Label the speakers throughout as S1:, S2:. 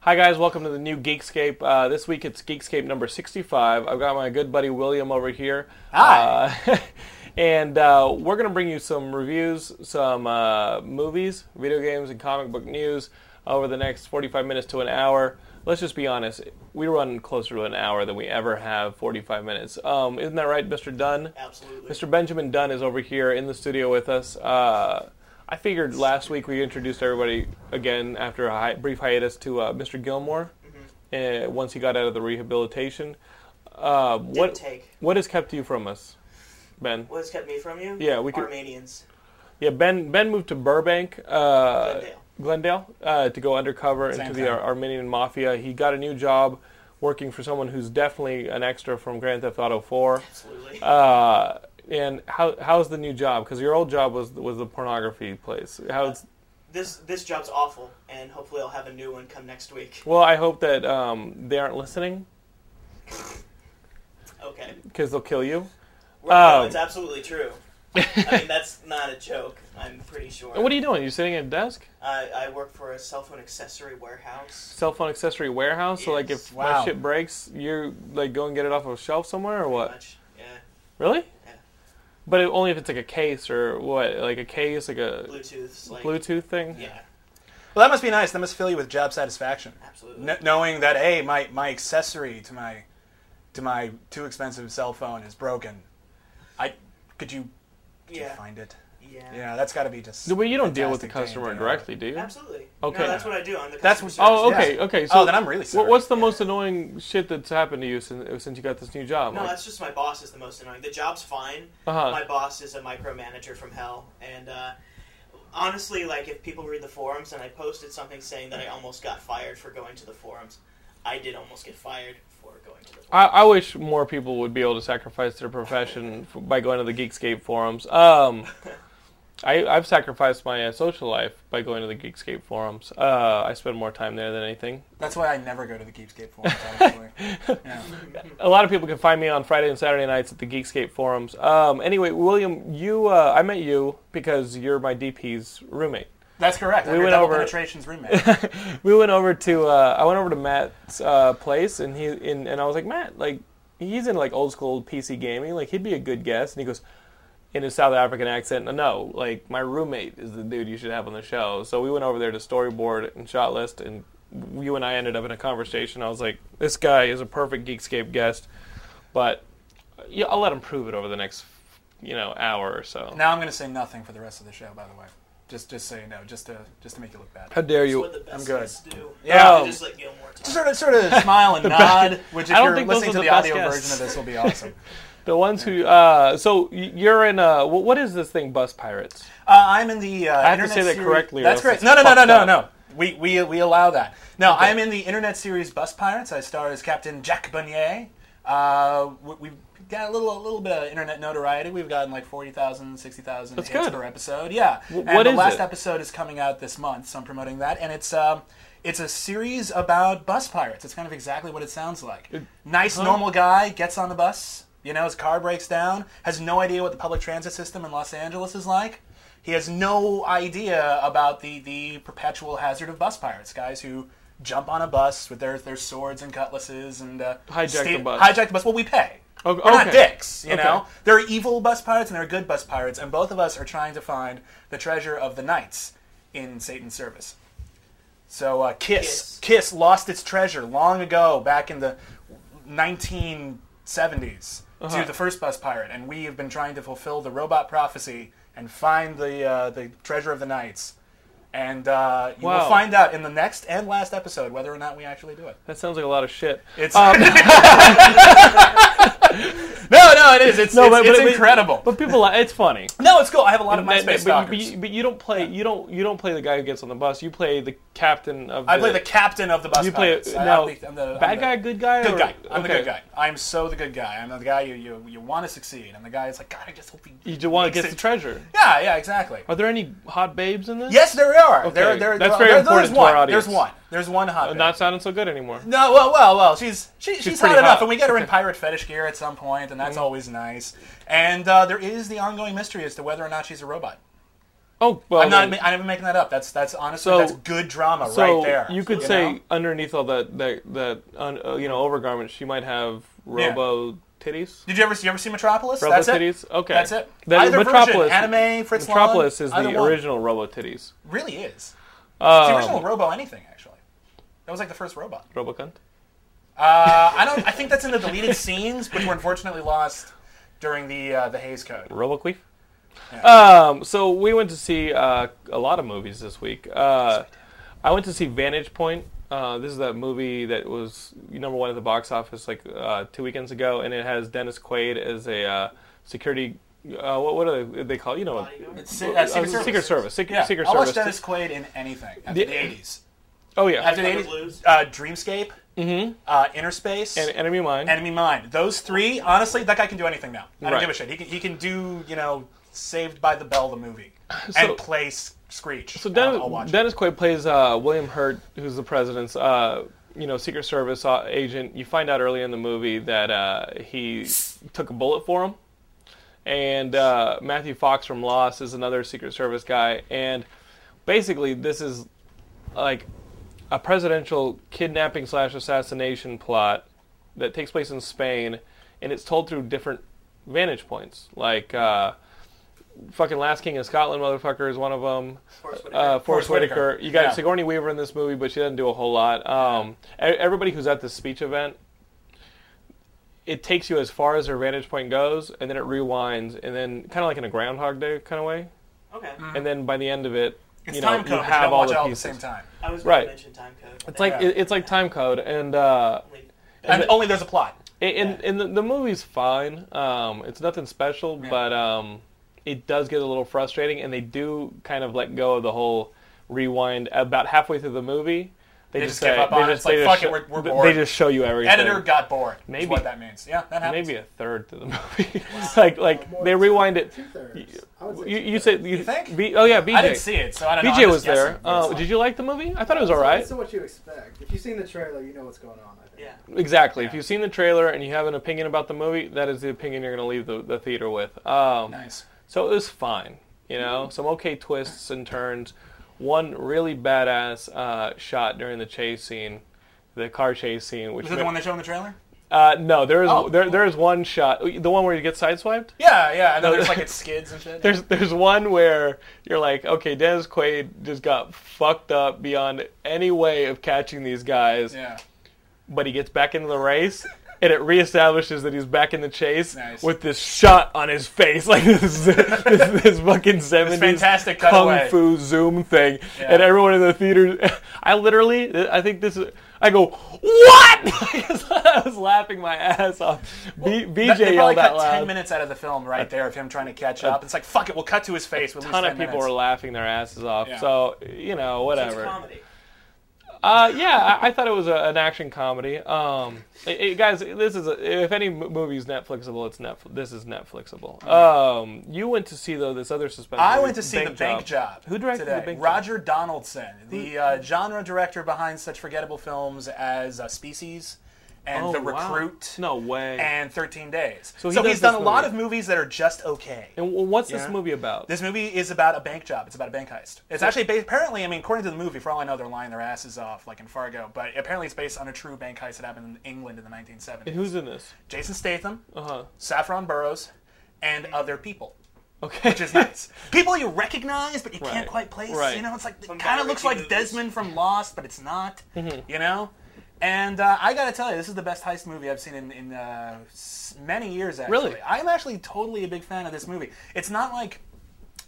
S1: Hi guys, welcome to the new Geekscape. Uh, this week it's Geekscape number 65. I've got my good buddy William over here.
S2: Hi.
S1: Uh, and uh, we're going to bring you some reviews, some uh, movies, video games, and comic book news over the next 45 minutes to an hour. Let's just be honest, we run closer to an hour than we ever have 45 minutes. Um, isn't that right, Mr. Dunn?
S2: Absolutely.
S1: Mr. Benjamin Dunn is over here in the studio with us. Uh, I figured last week we introduced everybody again after a hi- brief hiatus to uh, Mr. Gilmore. Uh, once he got out of the rehabilitation, uh, what
S2: take.
S1: what has kept you from us, Ben?
S2: What has kept me from you?
S1: Yeah, we could-
S2: Armenians.
S1: Yeah, Ben. Ben moved to Burbank, uh,
S2: Glendale.
S1: Glendale, uh, to go undercover
S3: Same
S1: into the
S3: thing.
S1: Ar- Armenian mafia. He got a new job working for someone who's definitely an extra from Grand Theft Auto Four.
S2: Absolutely.
S1: Uh, and how how's the new job? Because your old job was was the pornography place. How's
S2: this this job's awful, and hopefully I'll have a new one come next week.
S1: well? I hope that um, they aren't listening
S2: Okay.
S1: because they'll kill you.
S2: Right,
S1: Um,
S2: no, it's absolutely true. I mean, that's not a joke. I'm pretty sure.
S1: And what are you doing? You sitting at a desk,
S2: I, I work for a cell phone accessory warehouse.
S1: cell phone accessory warehouse. So like,
S2: Yes.
S1: if my
S3: Wow.
S1: shit breaks, you're like go and get it off of a shelf somewhere or
S2: pretty
S1: what?
S2: Much. Yeah.
S1: Really?
S2: Yeah.
S1: But it, only if it's like a case or what? Like a case, like a
S2: Bluetooth. Like,
S1: Bluetooth thing.
S2: Yeah.
S3: Well, that must be nice. That must fill you with job satisfaction,
S2: Absolutely.
S3: Kn knowing that a my my accessory to my to my too expensive cell phone is broken. I could you, could you
S2: yeah.
S3: find it?
S2: Yeah.
S3: Yeah, that's got to be just.
S1: No, but you don't deal with the
S3: fantastic
S1: customer
S3: thing to know.
S1: directly, do you?
S2: Absolutely.
S1: Okay.
S2: No, that's what I do. I'm the
S3: That's-
S2: customer service
S1: Oh,
S3: Yeah.
S1: okay, okay. So
S3: oh, then I'm really
S1: What,
S3: sorry.
S1: what's the most annoying shit that's happened to you since, since you got this new job?
S2: No,
S1: Like-
S2: that's just my boss is the most annoying. The job's fine.
S1: Uh-huh.
S2: My boss is a micromanager from hell, and uh, honestly, like if people read the forums, and I posted something saying that I almost got fired for going to the forums, I did almost get fired for going to the forums.
S1: I, I wish more people would be able to sacrifice their profession f- by going to the Geekscape forums. Um, I, I've sacrificed my uh, social life by going to the Geekscape forums. Uh, I spend more time there than anything.
S3: That's why I never go to the Geekscape forums. Actually, yeah.
S1: A lot of people can find me on Friday and Saturday nights at the Geekscape forums. Um, anyway, William, you uh, I met you because you're my DP's roommate.
S3: that's correct. We
S1: went
S3: went double
S1: over-
S3: penetration's roommate.
S1: we went over to uh, I went over to Matt's uh, place and he in, and I was like Matt like he's in like old school PC gaming like he'd be a good guest and he goes in his South African accent no like my roommate is the dude you should have on the show so we went over there to storyboard and shot list and you and I ended up in a conversation I was like this guy is a perfect Geekscape guest but uh, yeah, I'll let him prove it over the next you know hour or so
S3: now I'm going to say nothing for the rest of the show. By the way, just just so you know, just to just to make you look bad.
S1: how dare
S2: It's
S1: you
S2: what the best
S3: I'm good.
S2: guests do.
S3: Yeah. Oh.
S2: They just let Gilmore
S3: Just
S2: talk.
S3: sort of sort of smile and nod, which if
S1: I don't
S3: you're
S1: think those
S3: listening
S1: are
S3: to
S1: the
S3: the,
S1: best
S3: audio
S1: guests.
S3: version of this will be awesome.
S1: the ones who uh, so y- you're in uh, wh- what is this thing bus pirates
S3: Uh, I'm in the. Uh,
S1: I have to
S3: internet
S1: say that
S3: series-
S1: correctly or
S3: That's
S1: else
S3: correct. No, no,
S1: it's
S3: no, no,
S1: fucked
S3: no,
S1: up.
S3: no. We, we, we allow that. No, I'm in the internet series Bus Pirates. I star as Captain Jack Bunnier. Uh, we- we've got a little a little bit of internet notoriety. We've gotten like 40,000, 60,000
S1: That's
S3: hits
S1: good.
S3: per episode. Yeah.
S1: W-
S3: and
S1: what
S3: the
S1: is
S3: last
S1: it?
S3: episode is coming out this month, so I'm promoting that. And it's um, it's a series about bus pirates. It's kind of exactly what it sounds like. Nice, normal guy gets on the bus. You know, his car breaks down. Has no idea what the public transit system in Los Angeles is like. He has no idea about the the perpetual hazard of bus pirates, guys who jump on a bus with their their swords and cutlasses and uh,
S1: Hijack the bus.
S3: Hijack the bus. Well, we pay.
S1: O-
S3: We're not
S1: Oh, okay.
S3: dicks, you
S1: Okay.
S3: know. There are evil bus pirates and there are good bus pirates, and both of us are trying to find the treasure of the knights in Satan's service. So uh, Kiss,
S2: Kiss.
S3: Kiss lost its treasure long ago, back in the 1970s,
S1: Uh-huh.
S3: to the first bus pirate, and we have been trying to fulfill the robot prophecy and find the uh, the treasure of the knights. And uh, you
S1: Wow.
S3: will find out in the next and last episode whether or not we actually do it.
S1: that sounds like a lot of shit Um,
S3: It's no, no, it is. It's, it's, it's incredible.
S1: But people, like- it's funny.
S3: no, it's cool. I have a lot of
S1: That-
S3: MySpace
S1: that- but, you, but,
S3: stalkers.
S1: you, but you don't play. You don't. You don't play the guy who gets on the bus. You play the captain of.
S3: I play the captain of the bus.
S1: You play
S3: pirates. I-
S1: now.
S3: I'm the- I'm the- I'm
S1: bad
S3: the
S1: guy, good guy.
S3: Good
S1: or-
S3: guy. I'm the
S1: okay.
S3: good guy. I'm so the good guy. I'm the guy you you, you want to succeed. I'm the guy that's like, God, I just hope he.
S1: You just want to
S3: makes
S1: get the
S3: it."
S1: treasure.
S3: Yeah, yeah, exactly.
S1: Are there any hot babes in this?
S3: Yes, there are. There,
S1: Okay,
S3: there,
S1: that's
S3: there-
S1: very
S3: there-
S1: important
S3: there's
S1: to our
S3: one.
S1: audience.
S3: There's one. There's one hot.
S1: I'm Oh,
S3: bit.
S1: not sounding so good anymore.
S3: No, well, well, well. She's she, she's, hot
S1: pretty hot. Mm.
S3: enough, and we get her in pirate fetish gear at some point, and that's always nice. And uh, there is the ongoing mystery as to whether or not she's a robot.
S1: Oh, well,
S3: I'm not.
S1: then-
S3: I'm not making that up. That's that's honestly
S1: So-
S3: that's good drama
S1: so
S3: right there.
S1: you could
S3: know?
S1: say underneath all that that that un, uh, you know overgarment, she might have robo titties.
S3: Did you ever you ever see Metropolis?
S1: Robo
S3: that's
S1: titties.
S3: It.
S1: Okay,
S3: That's it.
S1: That-
S3: Either
S1: Metropolis.
S3: version, anime, Fritz Lang,
S1: Metropolis is
S3: either
S1: the
S3: one.
S1: original robo titties.
S3: Really is. It's the original
S1: Um,
S3: Robo anything actually. That was like the first robot.
S1: robo cunt.
S3: Uh, I don't. I think that's in the deleted scenes, which were unfortunately lost during the uh, the Hayes Code.
S1: Roboqueef.
S3: Yeah.
S1: Um, so we went to see uh, a lot of movies this week. Uh, I went to see Vantage Point. Uh, this is that movie that was number one at the box office like uh, two weekends ago, and it has Dennis Quaid as a uh, security. Uh, what, what are they, they call? You know,
S2: Bodyguard?
S3: It's Se- uh,
S1: uh,
S3: Secret Service.
S1: Secret Service. Sec-
S3: Yeah.
S1: Secret
S3: I'll
S1: Service.
S3: watch Dennis Quaid in anything after
S1: The-
S3: the, 80s.
S1: oh yeah,
S3: After the
S2: Chicago
S3: 80s,
S2: Blues.
S3: Uh, Dreamscape,
S1: Mm-hmm.
S3: uh, Inner Space,
S1: En- Enemy Mine.
S3: Enemy Mind. Those three, honestly, that guy can do anything now. I don't
S1: Right.
S3: give a shit. He can, he can do, you know, Saved by the Bell, the movie,
S1: So-
S3: and play S- Screech.
S1: So
S3: I'll, I'll watch
S1: Dennis,
S3: it.
S1: Dennis Quaid plays uh, William Hurt, who's the president's, uh, you know, Secret Service uh, agent. You find out early in the movie that uh, he took a bullet for him, and uh, Matthew Fox from Lost is another Secret Service guy. And basically, this is like a presidential kidnapping slash assassination plot that takes place in Spain, and it's told through different vantage points. Like uh, fucking Last King of Scotland, motherfucker, is one of them.
S2: Forrest Whitaker.
S1: Uh, Forrest
S3: Forrest Whitaker.
S1: Whitaker. You got
S3: Yeah.
S1: Sigourney Weaver in this movie, but she doesn't do a whole lot. Um, e- everybody who's at this speech event, it takes you as far as their vantage point goes, and then it rewinds, and then kind of like in a Groundhog Day kind of way,
S2: Okay.
S3: Mm.
S1: and then by the end of it,
S3: It's
S1: you know,
S3: time
S1: you
S3: code. but
S1: have
S3: don't
S1: all
S3: watch
S1: the
S3: it all at the
S1: pieces.
S3: same time.
S2: I was going
S1: right.
S2: to mention time code.
S1: It's like it, it's like time code, and uh,
S3: And
S1: it-
S3: only there's a plot.
S1: and, and the, the movie's fine. Um, it's nothing special, but um, it does get a little frustrating, and they do kind of let go of the whole rewind about halfway through the movie. They,
S3: just give up on it. It's like,
S1: they
S3: fuck
S1: sho-
S3: it, we're- we're
S1: they
S3: bored.
S1: just show you everything.
S3: Editor got bored. Maybe
S1: Maybe.
S3: is what that means. Yeah, that happens.
S1: maybe a third to the movie. like like they rewind it.
S4: Two thirds.
S1: You, you said you,
S3: think?
S1: B, oh yeah, BJ.
S3: I didn't see it, so I don't know.
S1: BJ
S3: I'm
S1: was
S3: just guessing.
S1: there. Uh, did you like the movie? I thought it was all right.
S4: That's what you expect. If you've seen the trailer, you know what's going on. I think.
S2: Yeah.
S1: Exactly. If you've seen the trailer and you have an opinion about the movie, that is the opinion you're going to leave the, the theater with. Um,
S3: Nice. Mm-hmm.
S1: So it was fine, you know. Some okay twists and turns. One really badass uh, shot during the chase scene, the car chase scene. Which
S3: Was it the one they showed in the trailer?
S1: uh, no, there is
S3: Oh.
S1: there, there is one shot, the one where you get sideswiped.
S3: Yeah, yeah. I know there's like it skids and shit.
S1: There's there's one where you're like, okay, Dennis Quaid just got fucked up beyond any way of catching these guys.
S3: yeah.
S1: but he gets back into the race and it reestablishes that he's back in the chase
S3: Nice.
S1: with this shot on his face like this this, this fucking 70s
S3: fantastic
S1: kung
S3: cutaway.
S1: fu zoom thing
S3: Yeah.
S1: and everyone in the theater I literally I think this is I go what I was laughing my ass off B, BJ
S3: they probably
S1: yelled
S3: cut
S1: out loud
S3: ten minutes out of the film right there of him trying to catch up. It's like fuck it, we'll cut to his face. We'll
S1: a ton
S3: lose
S1: of
S3: 10
S1: people
S3: minutes.
S1: were laughing their asses off
S3: Yeah.
S1: so you know
S2: It's
S1: whatever
S2: comedy.
S1: Uh, yeah, I, I thought it was a, an action comedy. Um, it- it- guys, this is a, if any m- movie's Netflixable, it's Netflix. This is Netflixable. Um, you went to see though this other suspense.
S3: I
S1: movie,
S3: went to see the Bank Job.
S1: Who directed
S3: today.
S1: the Bank Job?
S3: Roger Donaldson, the uh, genre director behind such forgettable films as uh, Species and
S1: Oh,
S3: The
S1: wow.
S3: Recruit
S1: No way.
S3: and Thirteen Days. So,
S1: he does
S3: he's done a
S1: this
S3: lot of
S1: movie.
S3: movies that are just okay.
S1: and w- what's
S3: Yeah.
S1: this movie about?
S3: This movie is about a bank job. It's about a bank heist. It's actually based, apparently, I mean, according to the movie, for all I know, they're lying their asses off, like in Fargo. But apparently, it's based on a true bank heist that happened in England in the 1970s.
S1: Who's in this?
S3: Jason Statham,
S1: Uh huh.
S3: Saffron Burrows, and other people,
S1: Okay.
S3: which is nice. people you recognize, but you
S1: Right.
S3: can't quite place.
S1: Right.
S3: You know, it's like it
S2: From
S3: kind of
S2: Guy
S3: looks
S2: Ritchie
S3: like
S2: movies.
S3: Desmond from Lost, but it's not.
S1: Mm-hmm.
S3: You know. And uh, I gotta tell you, this is the best heist movie I've seen in, in uh, s- many years. Actually,
S1: Really?
S3: I'm actually totally a big fan of this movie. It's not like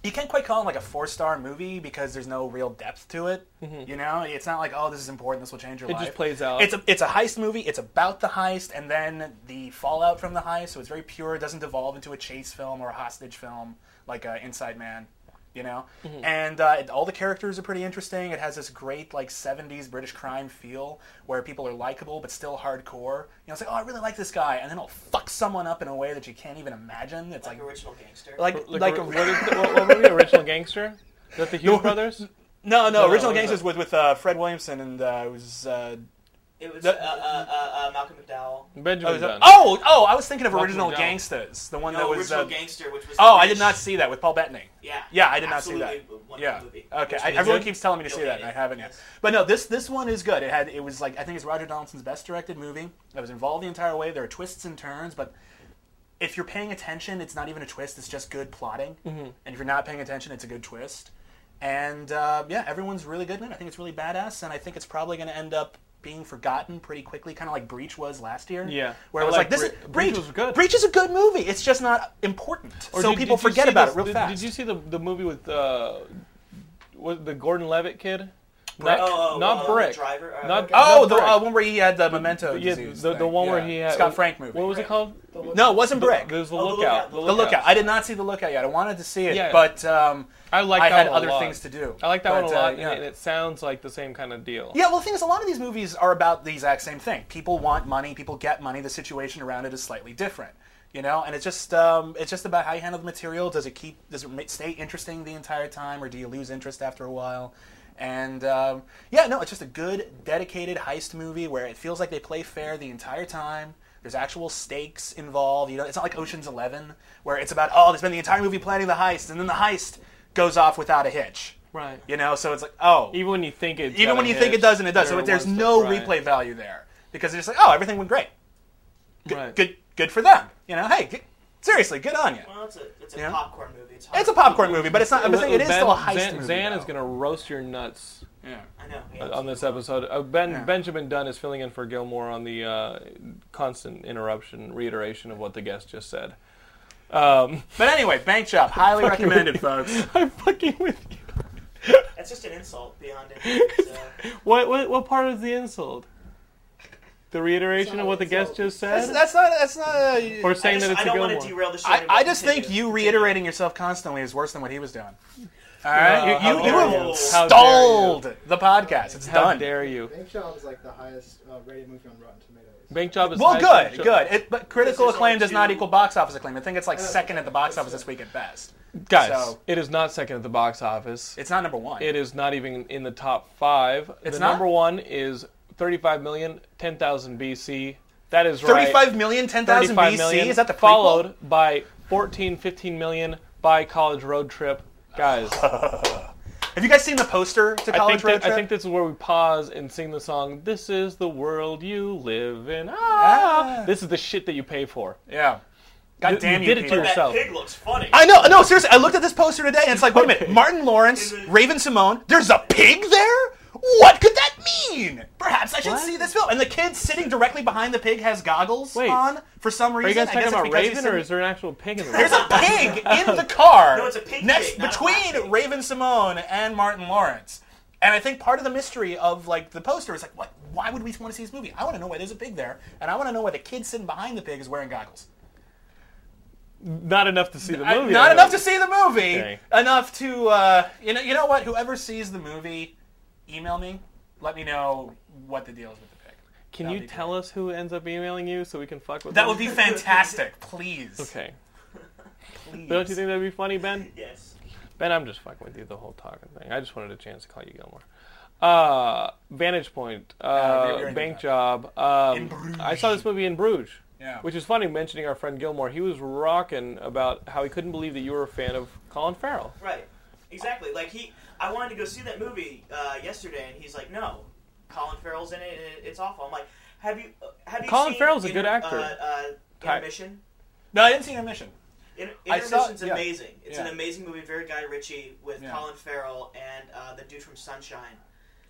S3: you can't quite call it like a four star movie because there's no real depth to it. You know, it's not like oh this is important, this will change your
S1: Mm-hmm. It
S3: life.
S1: just plays out.
S3: It's a it's a heist movie. It's about the heist and then the fallout from the heist. So it's very pure. It doesn't devolve into a chase film or a hostage film like uh, Inside Man. You know, and uh, it- all the characters are pretty interesting. It has this great like '70s British crime feel where people are likable but still hardcore. You know, it's like, oh, I really like this guy, and then it'll fuck someone up in a way that you can't even imagine. It's
S2: Like
S3: like,
S2: original gangster.
S3: like, like,
S1: a,
S3: a
S1: what, is the, what, what movie? Original Gangster. Is that the Hughes brothers?
S3: no, no,
S1: No,
S3: original
S1: what was
S3: gangsters
S1: it?
S3: with with uh, Fred Williamson and uh, it was uh,
S2: It was
S3: The-
S2: uh, uh, uh, uh, Malcolm McDowell.
S1: Benjamin
S3: Oh, is that-
S1: Dunn.
S3: oh, oh, I was thinking of
S1: Malcolm
S3: original
S1: McDowell.
S3: gangsters, the one
S2: no,
S3: that was.
S2: original
S3: uh,
S2: gangster, which was.
S3: oh,
S2: the
S3: I did
S2: rich-
S3: not see that with Paul Bettany.
S2: Yeah.
S3: Yeah, I did not see that.
S2: Absolutely wonderful
S3: Yeah.
S2: movie.
S3: Okay.
S2: Which
S3: I,
S2: was
S3: everyone
S2: good.
S3: keeps telling me to see
S2: You'll
S3: that,
S2: hate
S3: and I
S2: it.
S3: haven't yet.
S2: Yes.
S3: But no, this this one is good. It had it was like I think it's Roger Donaldson's best directed movie. I was involved the entire way. There are twists and turns, but if you're paying attention, it's not even a twist. It's just good plotting.
S1: Mm-hmm.
S3: And if you're not paying attention, it's a good twist. And uh, yeah, everyone's really good in it. I think it's really badass, and I think it's probably going to end up being forgotten pretty quickly, kind of like Breach was last year.
S1: Yeah.
S3: Where
S1: I
S3: it was
S1: like
S3: like, this
S1: Bre-
S3: is
S1: Breach
S3: Breach.
S1: was good.
S3: Breach is a good movie. It's just not important,
S1: Or
S3: so
S1: did-
S3: people
S1: did you
S3: forget
S1: see
S3: about
S1: this-
S3: it real
S1: did,
S3: fast.
S1: Did you see the the movie with uh, what, the Gordon Levitt kid?
S3: Brick?
S1: Not,
S2: Oh, oh,
S1: not
S2: oh,
S1: Brick.
S2: Driver. uh,
S1: Not-
S2: okay.
S3: Oh, the
S1: Brick.
S3: uh, one where he had the memento
S1: yeah,
S3: disease
S1: the, the
S3: thing.
S1: one where
S3: Yeah.
S1: he had
S3: Scott Frank movie.
S1: What was it called?
S3: No, it wasn't Brick.
S1: There's the
S2: Oh, The
S1: lookout.
S2: Lookout,
S3: the lookout. I did not see the lookout yet. I wanted to see it,
S1: Yeah.
S3: but um,
S1: I like.
S3: I
S1: that
S3: had
S1: one a
S3: other
S1: lot.
S3: things to do.
S1: I like that
S3: But,
S1: one a
S3: uh,
S1: lot,
S3: yeah.
S1: and it sounds like the same kind of deal.
S3: Yeah, well, the thing is, a lot of these movies are about the exact same thing. People want money, people get money. The situation around it is slightly different, you know. And it's just, um, it's just about how you handle the material. Does it keep, does it ma- stay interesting the entire time, or do you lose interest after a while? And um, yeah, no, it's just a good, dedicated heist movie where it feels like they play fair the entire time. There's actual stakes involved. You know, it's not like Ocean's Eleven where it's about oh, they spend the entire movie planning the heist, and then the heist goes off without a hitch.
S1: Right.
S3: You know, so it's like oh,
S1: Even when you think it.
S3: even when you think it doesn't, it does. So
S1: There
S3: there's
S1: was the-
S3: no
S1: right.
S3: replay value there because it's just like, oh, everything went great. Good,
S1: Right.
S3: good, good for them. You know, hey, good, seriously, good on you.
S2: Well, it's a, it's a
S3: Yeah.
S2: popcorn movie. It's, hard.
S3: It's a popcorn movie, but it's not. I'm
S1: Li-
S3: saying it is
S1: Ben-
S3: still a heist
S1: Zan,
S3: movie.
S1: Zan
S3: though.
S1: is gonna roast your nuts
S3: Yeah.
S2: I know. yeah,
S1: uh,
S2: it's-
S1: on this episode. Uh, ben
S3: Yeah.
S1: Benjamin Dunn is filling in for Gilmore on the uh, constant interruption, reiteration of what the guest just said. Um,
S3: But anyway, Bank Job, highly
S1: Fucking with-
S3: recommended, folks.
S1: I'm fucking with you.
S2: That's just an insult beyond anything. It's, uh,
S1: What, what what part is the insult? The reiteration of what the guest just
S3: That's,
S1: said,
S3: that's not. That's not. Uh,
S1: or
S2: I,
S1: saying
S2: just,
S1: that it's
S2: I
S1: a
S2: don't
S1: Gilmore.
S2: want to derail the show.
S3: I,
S2: anymore.
S3: I just think
S2: Continue.
S3: you
S2: Continue.
S3: reiterating yourself constantly is worse than what he was doing. All right,
S1: how
S3: you, you, you
S1: dare
S3: have
S1: you. How
S3: stalled the podcast. It's
S1: How
S3: done.
S1: dare you?
S4: Bank Job is like the highest uh, rated movie on Rotten Tomatoes.
S1: Bank job is
S3: Well,
S1: high
S3: good,
S1: social-
S3: good. It, but critical
S2: Because there's
S3: acclaim
S2: only
S3: does not
S2: two-
S3: equal box office acclaim. I think it's like
S4: Uh,
S3: second at the box office
S4: it's-
S3: this week at best.
S1: guys.
S3: So-
S1: It is not second at the box office.
S3: It's not number one.
S1: It is not even in the top five.
S3: It's
S1: the
S3: not?
S1: number one is 35 million, 10,000 BC. That is right.
S3: 35 million, 10,000
S1: 35
S3: BC?
S1: million,
S3: Is that the prequel?
S1: followed by 14, 15 million by College Road Trip. Guys,
S3: Have you guys seen the poster to
S1: I
S3: College
S1: think,
S3: Road
S1: that,
S3: Trip?
S1: I think this is where we pause and sing the song. This is the world you live in. Ah,
S3: Ah.
S1: this is the shit that you pay for.
S3: yeah. God
S1: You-
S3: damn
S1: you
S3: you,
S1: did it to
S3: Peter.
S1: yourself.
S2: That pig looks funny.
S3: I know. No, seriously. I looked at this poster today, and it's like, wait a minute. Martin Lawrence,
S2: Is it-
S3: Raven Simone. There's a pig there. What could that mean? Perhaps I should
S1: What?
S3: see this film. And the kid sitting directly behind the pig has goggles
S1: Wait.
S3: on for some reason.
S1: Are you guys
S3: I
S1: talking
S3: guess it's
S1: about
S3: because he's
S1: Raven, or
S3: sitting-
S1: is there an actual pig in the
S3: There's
S1: room?
S3: a pig in the car.
S2: No, it's a pig
S3: Next
S2: pig, not a
S3: between
S2: black pig.
S3: Raven Simone and Martin Lawrence. And I think part of the mystery of like the poster is like, what? Why would we want to see this movie? I want to know why there's a pig there, and I want to know why the kid sitting behind the pig is wearing goggles.
S1: Not enough to see the movie.
S3: I-
S1: I
S3: not
S1: know.
S3: enough to see the movie.
S1: Okay.
S3: Enough to uh, you know. You know what? Whoever sees the movie, email me. Let me know what the deal is with the pig.
S1: Can
S3: That
S1: you
S3: would be
S1: tell us who ends up emailing you so we can fuck with
S3: That
S1: them?
S3: would be fantastic. Please.
S1: okay.
S3: Please.
S1: Don't you think that'd be funny, Ben?
S2: Yes.
S1: Ben, I'm just fucking with you the whole talking thing. I just wanted a chance to call you Gilmore. Uh, Vantage Point, uh,
S3: Uh, you're- you're in
S1: Bank
S3: Bruges.
S1: Job. Um,
S3: In Bruges.
S1: I saw this movie in Bruges,
S3: Yeah.
S1: which is funny mentioning our friend Gilmore. He was rocking about how he couldn't believe that you were a fan of Colin Farrell.
S2: Right. Exactly. Like he, I wanted to go see that movie uh, yesterday, and he's like, "No, Colin Farrell's in it, and it- it's awful." I'm like, "Have you? uh, Have you?"
S1: Colin
S2: seen
S1: Farrell's a good
S2: Inter-
S1: actor.
S2: Uh, uh,
S1: Ty-
S2: Intermission.
S3: No, I didn't see intermission.
S2: Inter-
S3: I saw-
S2: Intermission's
S3: yeah.
S2: amazing. It's
S3: Yeah.
S2: an amazing movie. Very Guy Ritchie with
S3: Yeah.
S2: Colin Farrell and uh, the dude from Sunshine,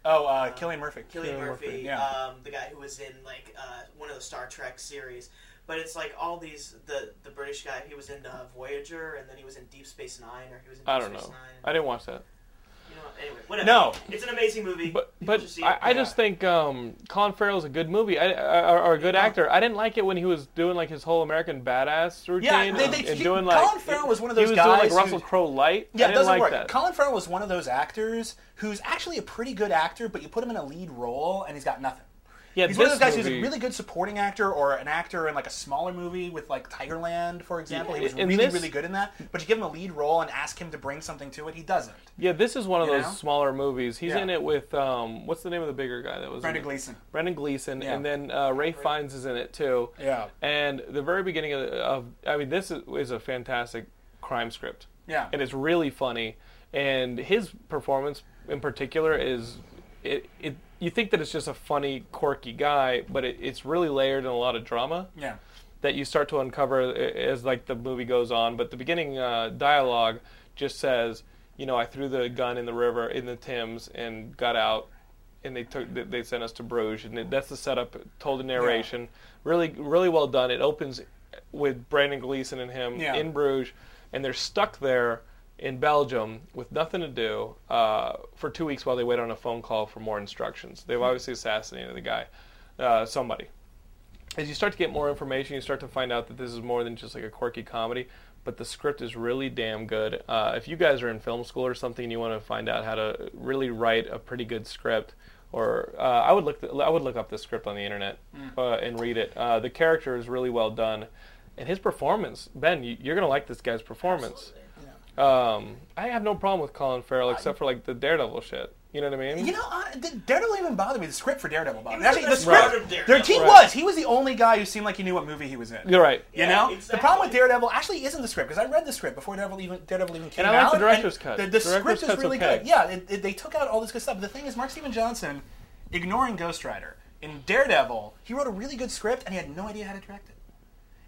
S3: Oh, uh, Killian Murphy.
S2: Killian
S1: Cillian
S2: Murphy,
S1: Murphy,
S3: yeah.
S2: um, the guy who was in like uh, one of the Star Trek series. But it's like all these the the British guy. He was in uh, Voyager, and then he was in Deep Space Nine, or he was in Deep
S1: I don't
S2: Space
S1: know.
S2: Nine.
S1: I didn't watch that.
S2: You know, anyway, whatever.
S3: No.
S2: it's an amazing movie.
S1: But
S2: You
S1: but
S2: should see it.
S1: I, I
S3: yeah.
S1: just think um, Colin Farrell's a good movie I, or, or a good actor. I didn't like it when he was doing like his whole American badass routine.
S3: Yeah, they-
S1: and-
S3: they-
S1: and
S3: he-
S1: doing like
S3: Colin Farrell was one of
S1: he
S3: those
S1: was
S3: guys
S1: doing
S3: who-
S1: like Russell Crowe light. I
S3: Yeah, it
S1: didn't
S3: doesn't
S1: like
S3: work.
S1: that.
S3: Colin Farrell was one of those actors who's actually a pretty good actor, but you put him in a lead role and he's got nothing.
S1: Yeah,
S3: he's one of
S1: this
S3: those guys who's
S1: movie-
S3: a really good supporting actor or an actor in like a smaller movie with like Tigerland, for example. he was
S1: in
S3: really,
S1: this-
S3: really good in that. But you give him a lead role and ask him to bring something to it, he doesn't.
S1: Yeah, this is one of
S3: You
S1: those
S3: know?
S1: smaller movies. He's
S3: Yeah.
S1: in it with um, what's the name of the bigger guy that was in
S3: Brendan
S1: it?
S3: Gleeson.
S1: Brendan Gleeson,
S3: Yeah.
S1: and then uh, Ray Fiennes is in it too.
S3: Yeah.
S1: And the very beginning of, of I mean, this is, is a fantastic crime script.
S3: Yeah.
S1: And it's really funny, and his performance in particular is it. it you think that it's just a funny, quirky guy, but it, it's really layered in a lot of drama
S3: Yeah.
S1: that you start to uncover a- as like the movie goes on. But the beginning uh, dialogue just says, you know, I threw the gun in the river in the Thames and got out, and they took they- they sent us to Bruges, and that's the setup. Told the narration, really really well done. It opens with Brandon Gleeson and him
S3: Yeah.
S1: in Bruges, and they're stuck there. In Belgium, with nothing to do, uh, for two weeks while they wait on a phone call for more instructions. They've obviously assassinated the guy, uh, somebody as you start to get more information, you start to find out that this is more than just like a quirky comedy, but the script is really damn good. Uh, if you guys are in film school or something and you want to find out how to really write a pretty good script, or uh, I would look I would look up this script on the internet
S3: Mm.
S1: uh, and read it. Uh, the character is really well done, and his performance, Ben, you, you're gonna like this guy's performance. Um, I have no problem with Colin Farrell except for like the Daredevil shit. You know what I mean?
S3: You know, I, did Daredevil even bother me? The script for Daredevil bothered me.
S2: was
S3: Actually,
S2: the
S3: the
S2: best part
S3: script,
S2: of
S3: their
S2: Daredevil.
S3: team
S1: Right.
S3: was. He was the only guy who seemed like he knew what movie he was in.
S1: You're right.
S3: You
S2: Yeah,
S3: know, the
S2: exactly.
S3: problem with Daredevil actually isn't the script because I read the script before Daredevil even Daredevil even came
S1: I like
S3: out.
S1: the director's cut.
S3: The, the
S1: The director's
S3: script is
S1: cut's
S3: really
S1: okay.
S3: good. Yeah, it, it- they took out all this good stuff. The thing is, Mark Steven Johnson, ignoring Ghost Rider in Daredevil, he wrote a really good script and he had no idea how to direct it.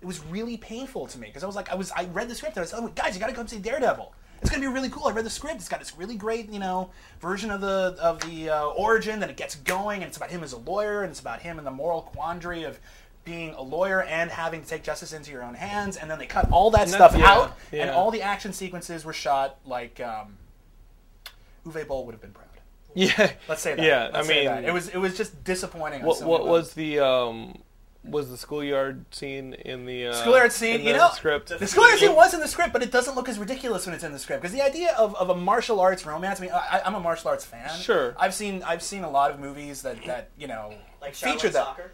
S3: It was really painful to me because I was like, I was I read the script and I was telling them, guys, you got to come see Daredevil. It's gonna be really cool. I read the script. It's got this really great, you know, version of the of the uh, origin. Then it gets going, and it's about him as a lawyer, and it's about him and the moral quandary of being a lawyer and having to take justice into your own hands. And then they cut all that
S1: that's-
S3: stuff
S1: yeah,
S3: out, and
S1: yeah.
S3: all the action sequences were shot like um, Uwe Boll would have been proud.
S1: Yeah.
S3: Let's say that.
S1: Yeah,
S3: Let's
S1: I
S3: say
S1: mean-
S3: that. it was it was just disappointing. on
S1: What
S3: so
S1: what
S3: many
S1: was the um was the schoolyard scene in the uh,
S3: Schoolyard scene,
S1: in
S3: you
S1: the
S3: know-
S1: script?
S3: The Square scene was in the script, but it doesn't look as ridiculous when it's in the script. Because the idea of, of a martial arts romance, I mean, I, I'm a martial arts fan.
S1: Sure.
S3: I've seen I've seen a lot of movies that, that you know
S2: Like
S3: feature
S2: Shaolin
S3: that.
S2: soccer.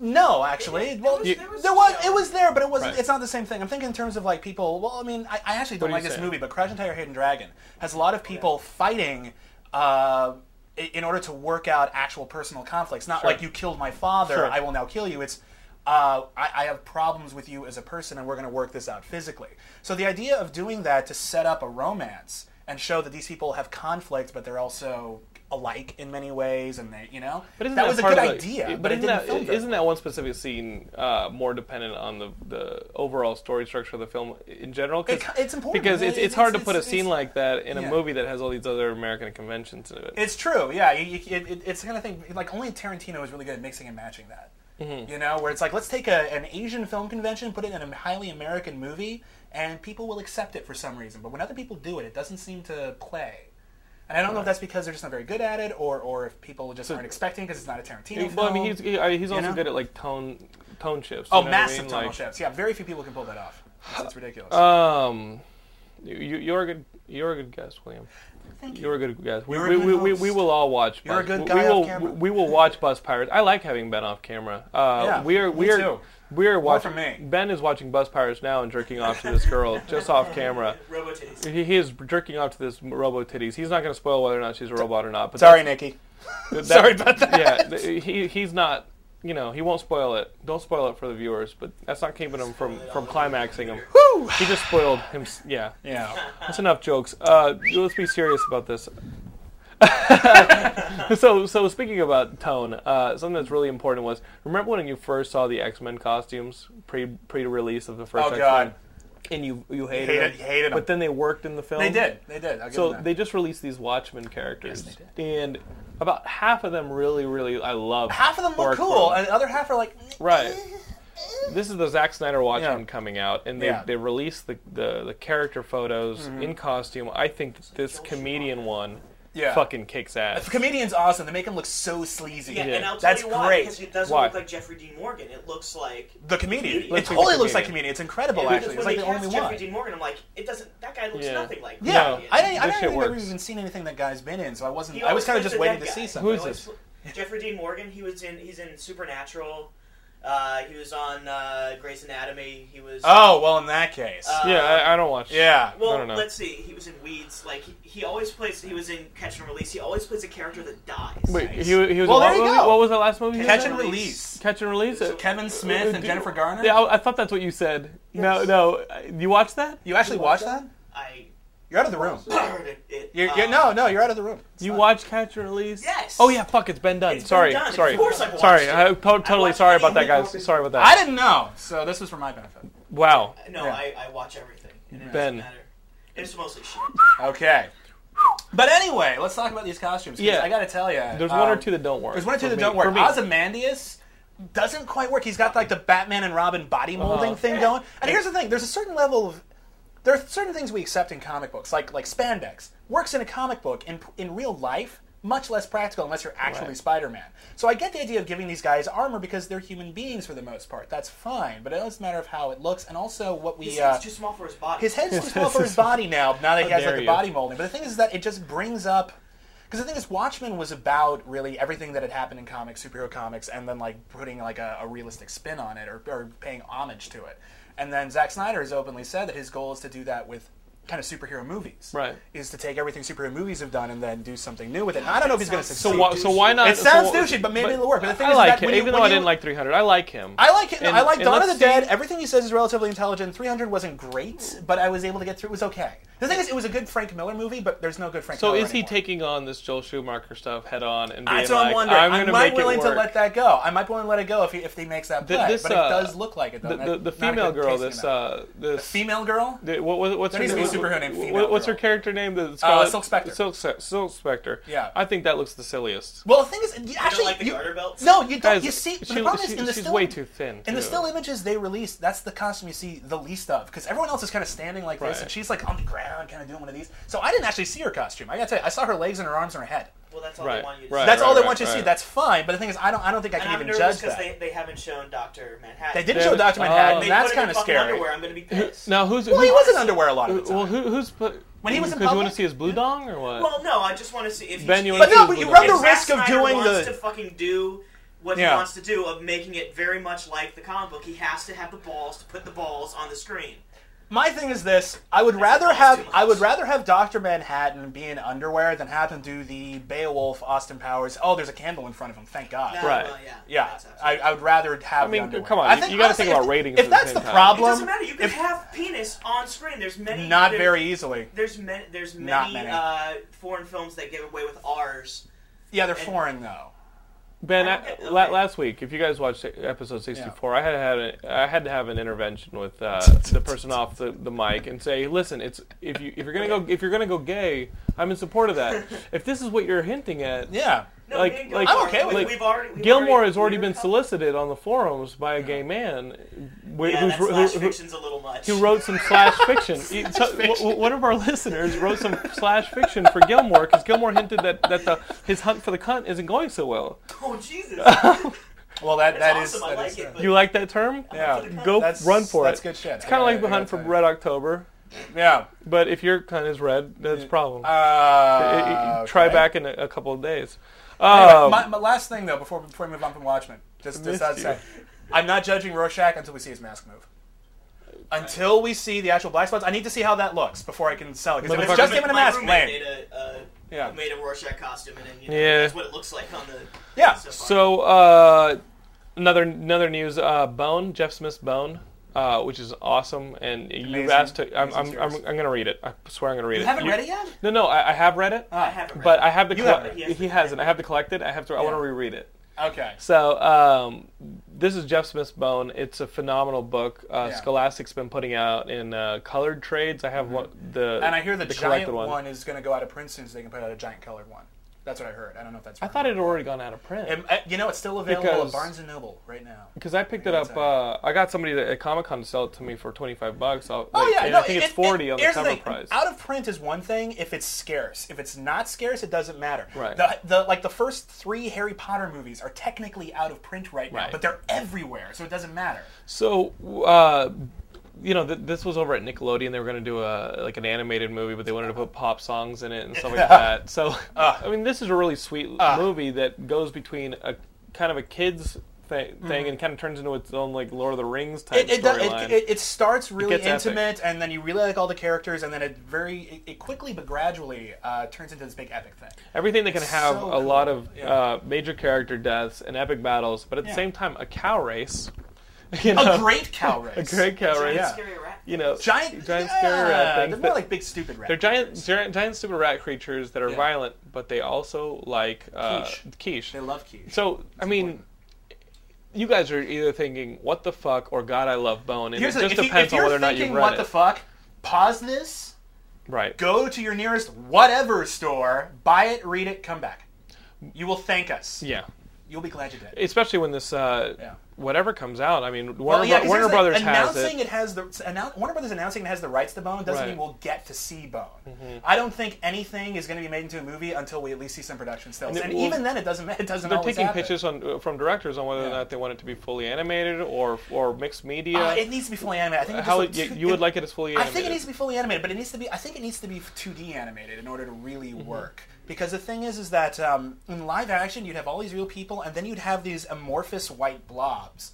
S3: No, actually,
S2: There
S3: well,
S2: was-
S1: You-
S2: there was
S3: there
S2: some
S3: was
S2: Shaolin
S3: it was there, but it wasn't.
S1: Right.
S3: It's not the same thing. I'm thinking in terms of like people. Well, I mean, I, I actually don't
S1: are
S3: like
S1: you
S3: this
S1: saying?
S3: movie, but Crash and Tire Hidden Dragon has a lot of people fighting. Uh, i- in order to work out actual personal conflicts, not
S1: Sure.
S3: like you killed my father,
S1: Sure.
S3: I will now kill you. It's uh, I, I have problems with you as a person, and we're going to work this out physically. So the idea of doing that to set up a romance and show that these people have conflict, but they're also alike in many ways, and they, you know,
S1: But isn't
S3: that was a
S1: part
S3: good
S1: of the-
S3: idea. but it
S1: isn't
S3: didn't
S1: that
S3: film very
S1: isn't that one specific scene uh, more dependent on the the overall story structure of the film in general? 'Cause-
S3: It- it's important.
S1: because it's,
S3: It-
S1: it's hard to
S3: it's-
S1: put a
S3: it's-
S1: scene
S3: it's-
S1: like that in
S3: yeah.
S1: a movie that has all these other American conventions in it.
S3: It's true, yeah. You, you, it, it- it's the kind of thing like only Tarantino is really good at mixing and matching that.
S1: Mm-hmm.
S3: You know, where it's like let's take a, an Asian film convention, put it in a highly American movie, and people will accept it for some reason. But when other people do it, it doesn't seem to play. And I don't know if that's because they're just not very good at it, or or if people just aren't expecting because it's not a Tarantino film.
S1: well, I mean, he's he, I mean, he's also
S3: know?
S1: good at like tone tone shifts. you
S3: oh,
S1: know what I
S3: massive
S1: mean?
S3: tonal
S1: Like,
S3: shifts. Yeah, very few people can pull that off. It's, it's ridiculous.
S1: Um, you, you- you're a good you're a good guest, William.
S3: Thank
S1: You're a good guest. We,
S3: You're a
S1: we,
S3: good
S1: we, we,
S3: host.
S1: we will all watch.
S3: You're a
S1: Bus-
S3: good
S1: we-
S3: guy
S1: we
S3: off
S1: will,
S3: camera.
S1: We will watch Bus Pirates. I like having Ben off camera. Uh,
S3: Yeah,
S1: we are we
S3: me
S1: are
S3: too.
S1: we are watching.
S3: for me.
S1: Ben is watching Bus Pirates now and jerking off to this girl just off camera.
S2: Robo titties.
S1: He, he is jerking off to this robo titties. He's not going to spoil whether or not she's a robot or not. But
S3: Sorry, Nikki.
S1: that's-
S3: Sorry about that.
S1: Yeah, th- he he's not. You know, he won't spoil it. Don't spoil it for the viewers. But that's not keeping him from from climaxing him.
S3: Woo!
S1: He just spoiled him. Yeah.
S3: Yeah.
S1: That's enough jokes. Uh, let's be serious about this. so, so speaking about tone, uh, something that's really important was remember when you first saw the X Men costumes pre pre release of the first
S3: Oh,
S1: X Men,
S3: God.
S1: and you you hated,
S3: Hated-
S1: them,
S3: hated 'em.
S1: but then they worked in the film.
S3: They did. They did. I'll give
S1: So
S3: them that.
S1: they just released these Watchmen characters,
S3: Yes,
S1: and about half of them really, really I love.
S3: half of them look
S1: work for
S3: cool, and the other half are like,
S1: Right. This is the Zack Snyder Watchmen
S3: Yeah.
S1: coming out, and they,
S3: Yeah. Mm-hmm.
S1: they released the, the, the character photos in costume. I think that this comedian one
S3: Yeah.
S1: fucking kicks ass.
S3: The comedian's awesome. They make him look so sleazy.
S2: Yeah, and I'll tell
S3: That's
S2: you why.
S3: great.
S2: Because it doesn't
S1: Why?
S2: look like Jeffrey Dean Morgan. It looks like
S3: The comedian.
S2: Looks
S3: It
S1: like the
S3: totally looks
S1: comedian.
S3: like comedian. It's incredible,
S2: because
S3: actually.
S2: when
S3: It's like
S2: they
S3: the
S2: cast
S3: only
S2: Jeffrey
S3: one.
S2: Dean Morgan, I'm like, it doesn't. That guy looks
S1: Yeah.
S2: nothing like.
S3: Yeah,
S1: No,
S3: I didn't. I
S1: this
S3: don't
S1: shit
S3: think I've
S1: works.
S3: even seen anything that guy's been in, so I wasn't.
S2: He
S3: I
S2: always
S3: was kind of
S2: plays
S3: just
S2: the
S3: waiting
S2: dead
S3: to
S2: guy.
S3: see
S1: Who
S3: something.
S1: is
S2: Always-
S1: this?
S2: Jeffrey Dean Morgan. He was in. He's in Supernatural. Uh, he was on uh, Grey's Anatomy. He was.
S3: Oh well, in that case,
S2: Uh,
S1: yeah, I, I don't watch.
S3: yeah.
S1: I
S2: Well,
S1: don't know.
S2: let's see. He was in Weeds. Like he, he always plays. He was in Catch and Release. He always plays a character that dies.
S1: Wait,
S3: Nice.
S1: he, he was
S3: Well,
S1: in what
S3: there you
S1: movie?
S3: go.
S1: What was the last movie? he was
S3: Catch
S1: in?
S3: and release.
S1: Catch and release.
S2: So-
S3: Kevin Smith and
S1: Do-
S3: Jennifer Garner.
S1: Yeah, I, I thought that's what you said. No,
S2: Yes.
S1: no, I- you watched that?
S3: You actually
S4: You
S3: watched
S4: watched
S3: that?
S2: I
S3: You're out of the room.
S2: started it.
S3: You're,
S2: uh,
S3: you're, no, no, you're out of the room.
S1: You watched Catch and Release?
S2: Yes.
S1: Oh yeah, fuck, it's Ben Dunn.
S2: It's Ben
S1: sorry,
S2: Dunn. Of
S1: sorry,
S2: course I've watched
S1: sorry.
S2: it.
S1: I, to- totally
S2: watched
S1: sorry
S2: it.
S1: about that, guys.
S4: Copy.
S1: Sorry about that.
S3: I didn't know, so this was for my benefit.
S1: wow.
S2: No,
S3: Yeah.
S2: I, I watch everything. And
S1: Ben.
S2: it doesn't matter. It's mostly shit.
S3: Okay. But anyway, let's talk about these costumes. 'cause
S1: Yeah.
S3: I got to tell um, you,
S1: There's one or two that don't work.
S3: There's one or two
S1: for
S3: that
S1: me-
S3: don't
S1: For
S3: work.
S1: me.
S3: Ozymandias doesn't quite work. He's got like the Batman and Robin body molding
S1: Uh-huh.
S3: thing going. And here's the thing: there's a certain level of there are certain things we accept in comic books, like like spandex works in a comic book. In in real life, much less practical unless you're actually
S1: Right.
S3: Spider-Man. So I get the idea of giving these guys armor because they're human beings for the most part. That's fine, but it does matter of how it looks and also what we.
S2: His
S3: uh,
S2: head's too small for his body.
S3: his head's too small for his body now. Now that he
S1: How
S3: has like
S1: dare
S3: the
S1: you.
S3: body molding. But the thing is that it just brings up because the thing is Watchmen was about really everything that had happened in comics, superhero comics, and then like putting like a, a realistic spin on it or, or paying homage to it. And then Zack Snyder has openly said that his goal is to do that with kind of superhero movies.
S1: Right.
S3: Is to take everything superhero movies have done and then do something new with it. And I don't know if he's going to
S2: Sounds
S3: succeed.
S1: So why? So why not?
S3: It sounds
S1: so,
S3: douchey, but maybe it'll work. But the thing
S1: I
S3: is
S1: like
S3: that
S1: him,
S3: when you-
S1: even
S3: when
S1: though I
S3: you-
S1: didn't like 300, I like him.
S3: I like it.
S1: And-
S3: I like
S1: and
S3: Dawn of the
S1: let's see-
S3: Dead. Everything he says is relatively intelligent. 300 wasn't great, but I was able to get through. It was okay. The thing is, it was a good Frank Miller movie, but there's no good Frank
S1: So
S3: Miller
S1: is he
S3: anymore.
S1: taking on this Joel Schumacher stuff head on and being
S3: That's what
S1: like,
S3: I'm wondering. i
S1: going to
S3: might
S1: make
S3: willing
S1: it
S3: to
S1: work?
S3: let that go. I might be willing to let it go if he, if he makes that
S1: The-
S3: play.
S1: this,
S3: but it
S1: uh,
S3: does look like it, though.
S1: the,
S3: Not-
S1: the, the
S3: not a
S1: female
S3: good
S1: girl,
S3: taste
S1: this
S3: in it.
S1: uh, this
S3: female girl?
S1: The, what, what, what's
S3: There
S1: her
S3: needs to
S1: name?
S3: be a superhero named
S1: What-
S3: female
S1: what's
S3: girl. Uh,
S1: her character name? The Scarlet,
S3: Silk Spectre.
S1: Silk, Se- Silk Spectre.
S3: Yeah.
S1: I think that looks the silliest.
S3: Well, the thing is, you
S2: You
S3: actually.
S2: don't like the
S3: you-
S2: garter belts?
S3: no, you don't.
S1: Guys,
S3: you see, but
S1: she,
S3: the problem
S1: she-
S3: is in the
S1: she's
S3: still,
S1: way too thin.
S3: In the
S1: too.
S3: still images they released, that's the costume you see the least of, because everyone else is kind of standing like this,
S1: Right.
S3: and she's like on the ground, kind of doing one of these. So I didn't actually see her costume. I gotta tell you, I saw her legs and her arms and her head.
S2: Well, that's all
S1: Right,
S2: they want you to
S1: right,
S2: see.
S3: that's all they
S1: right,
S3: want you to see.
S1: right.
S3: That's fine. But the thing is, I don't. I don't think I
S2: And
S3: can
S2: I'm
S3: even
S2: nervous
S3: judge
S2: because
S3: that.
S2: they, they haven't shown Doctor Manhattan.
S3: They didn't
S1: They-
S3: show Doctor Manhattan.
S1: oh.
S2: They
S3: and that's
S2: put him
S3: kind of
S2: in fucking
S3: scary.
S2: Underwear. I'm going to be pissed.
S1: Now who's?
S3: Well,
S1: who,
S3: he was in underwear a lot of the time.
S1: Well, who, who's put?
S3: When he was in
S1: because you want
S3: public?
S1: to see his blue dong or what?
S2: Well, no, I just want to see if
S1: Ben,
S2: he's,
S1: you
S2: if
S1: wanna
S3: but no, but you run the
S2: Zack
S3: risk of
S2: Snyder
S3: doing
S2: wants
S3: the.
S2: to fucking do what
S3: Yeah.
S2: he wants to do of making it very much like the comic book. He has to have the balls to put the balls on the screen.
S3: My thing is this: I would rather
S2: that's
S3: have
S2: too much.
S3: I would rather have Doctor Manhattan be in underwear than have him do the Beowulf Austin Powers. Oh, there's a candle in front of him. Thank God.
S2: That-
S1: Right.
S2: well, yeah.
S3: Yeah,
S2: That's
S3: I, I would rather have.
S1: I
S3: the
S1: mean,
S3: underwear.
S1: come on, you-
S3: I
S1: you gotta
S3: honestly,
S1: think about
S3: if-
S1: ratings
S3: If
S1: at the
S3: that's
S1: same
S3: the
S1: time.
S2: It
S3: problem,
S2: doesn't matter. You can
S3: if-
S2: have penis on screen. There's many.
S3: not
S2: there-
S3: very easily.
S2: There's many. There's
S3: Not
S2: many,
S3: many.
S2: Uh, foreign films that give away with R's.
S3: Yeah, they're
S2: and-
S3: foreign though.
S1: Ben,
S2: I
S1: I,
S2: don't get-
S1: la-
S2: okay.
S1: last week, if you guys watched episode sixty-four, I had to have a, I had to have an intervention with uh, the person off the, the mic and say, "Listen, it's if you if you're gonna go if you're gonna go gay, I'm in support of that. If this is what you're hinting at,
S3: Yeah.
S2: No,
S1: Like-
S2: we didn't
S1: like-
S2: go
S3: I'm okay with
S2: we,
S1: it.
S2: We've already. We've
S1: Gilmore
S2: already,
S1: has already
S2: we've
S1: been
S2: covered-
S1: solicited on the forums by a gay man wh-
S2: Yeah, that
S1: who's-
S2: slash
S1: who- who-
S2: fiction's a little much.
S1: who wrote some slash fiction. He- so- w- w- one of our listeners wrote some slash fiction for Gilmore because Gilmore hinted that, that the, his hunt for the cunt isn't going so well.
S2: Oh Jesus! That's
S3: Well, that that is.
S2: awesome. I
S3: that
S2: like
S3: is-
S2: it. But
S1: You like that term?
S3: Yeah.
S1: Go
S3: That's-
S1: run for
S3: that's
S1: it.
S3: good shit.
S1: It's kind of like the hunt for Red October,
S3: Yeah.
S1: but if your cunt is red, that's a problem.
S3: Uh,
S1: It- it- Try
S3: okay.
S1: back in a, a couple of days.
S3: Anyway,
S1: Um,
S3: my, my last thing though, before before we move on from Watchmen, just just
S1: Missed
S3: that
S1: you.
S3: said, I'm not judging Rorschach until we see his mask move. Until we see the actual black spots, I need to see how that looks before I can sell it. Because if it's
S1: Motherfucker.
S3: just him in a
S2: my
S3: mask,
S2: roommate
S3: lame.
S2: made a, uh,
S3: Yeah.
S2: made a Rorschach costume, and then you know,
S1: Yeah.
S2: that's what it looks like on the.
S3: Yeah.
S2: So, far.
S1: So uh, another another news. Uh, Bone Jeff Smith's Bone, uh, which is awesome, and
S3: Amazing.
S1: you've asked to. I'm I'm,
S3: Amazing
S1: I'm, I'm
S3: series.
S1: gonna read it. I swear I'm gonna read
S3: You
S1: it.
S3: haven't read it yet? Ah,
S1: No, no, I, I have read it,
S2: I haven't. Read
S1: but
S2: it.
S1: I have the.
S3: You
S1: colle-
S3: haven't read
S2: it. He
S1: he
S2: hasn't.
S1: hasn't. I have to collect it. I have to. I
S3: Yeah.
S1: want to reread it.
S3: Okay.
S1: So um, this is Jeff Smith's Bone. It's a phenomenal book. Uh,
S3: Yeah. Mm-hmm.
S1: Scholastic's been putting out in uh, colored trades. I have one, the
S3: And I hear the, giant
S1: collected
S3: one. is going to go out of print soon, so they can put out a giant colored one. That's what I heard. I don't know if that's.
S1: I thought it had already gone out of print.
S3: Um, uh, you know, it's still available
S1: Because-
S3: at Barnes and Noble right now.
S1: Because I picked it
S3: That's
S1: up,
S3: all
S1: uh, I got somebody that- at Comic Con to sell it to me for twenty five bucks. I'll,
S3: Oh
S1: like,
S3: yeah,
S1: and
S3: no,
S1: I think
S3: it-
S1: it's forty
S3: it-
S1: on the
S3: here's
S1: cover
S3: thing.
S1: price.
S3: Out of print is one thing if it's scarce. If it's not scarce, it doesn't matter.
S1: Right.
S3: The, the like the first three Harry Potter movies are technically out of print right now,
S1: Right.
S3: but they're everywhere, so it doesn't matter.
S1: So uh, you know, th- this was over at Nickelodeon. They were going to do a like an animated movie, but they wanted to put pop songs in it and stuff like that. So,
S3: Ah.
S1: I mean, this is a really sweet movie that goes between a kind of a kids thi- thing and kind of turns into its own like Lord of the Rings type
S3: Mm-hmm. It, it, does,
S1: storyline.
S3: it, it, it starts really
S1: gets epic.
S3: intimate, and then you really like all the characters, and then it very it, it quickly but gradually uh, turns into this big epic thing.
S1: Everything that can have
S3: so
S1: a lot
S3: cool.
S1: of
S3: Yeah.
S1: uh, major character deaths and epic battles, but at
S3: Yeah.
S1: the same time, a cow race. You
S3: A
S1: know?
S3: great cow race.
S1: a great cow race.
S3: yeah.
S2: Scary rat.
S1: You know,
S3: giant,
S1: giant
S3: yeah,
S1: scary rat things.
S3: They're
S1: that-
S3: more like big stupid rats.
S1: They're giant, giant, giant, stupid rat creatures that are
S3: Yeah.
S1: violent, but they also like uh,
S3: Quiche.
S1: quiche.
S3: They love quiche.
S1: so, I mean, you guys are either thinking "What the fuck" or "God, I love Bone," and
S3: Here's
S1: it
S3: the-
S1: just
S3: if, you,
S1: depends
S3: if you're
S1: on whether or not
S3: thinking
S1: you've read
S3: what
S1: it.
S3: the fuck, pause this,
S1: right?
S3: go to your nearest whatever store, buy it, read it, come back. You will thank us.
S1: Yeah,
S3: You'll be glad you did.
S1: especially when this uh,
S3: Yeah.
S1: whatever comes out. I mean, Warner,
S3: Well, yeah,
S1: Bro-
S3: 'cause
S1: Warner
S3: here's the-
S1: Brothers has
S3: announcing
S1: it.
S3: it. has the annou- Warner Brothers announcing it has the rights to Bone doesn't
S1: Right. Mm-hmm.
S3: mean we'll get to see Bone. I don't think anything is going to be made into a movie until we at least see some production stills,
S1: And it
S3: and,
S1: will-
S3: even then, it doesn't. ma- It doesn't.
S1: They're
S3: always
S1: taking
S3: happen.
S1: pitches on, uh, from directors on whether or
S3: Yeah.
S1: not they want it to be fully animated or or mixed media.
S3: Uh, it needs to be fully animated. I think it
S1: How
S3: just
S1: you,
S3: looks-
S1: you would like it as fully
S3: I
S1: animated?
S3: think it needs to be fully animated, but it needs to be. I think it needs to be 2D animated in order to really
S1: Mm-hmm.
S3: work. Because the thing is, is that um, in live action, you'd have all these real people, and then you'd have these amorphous white blobs,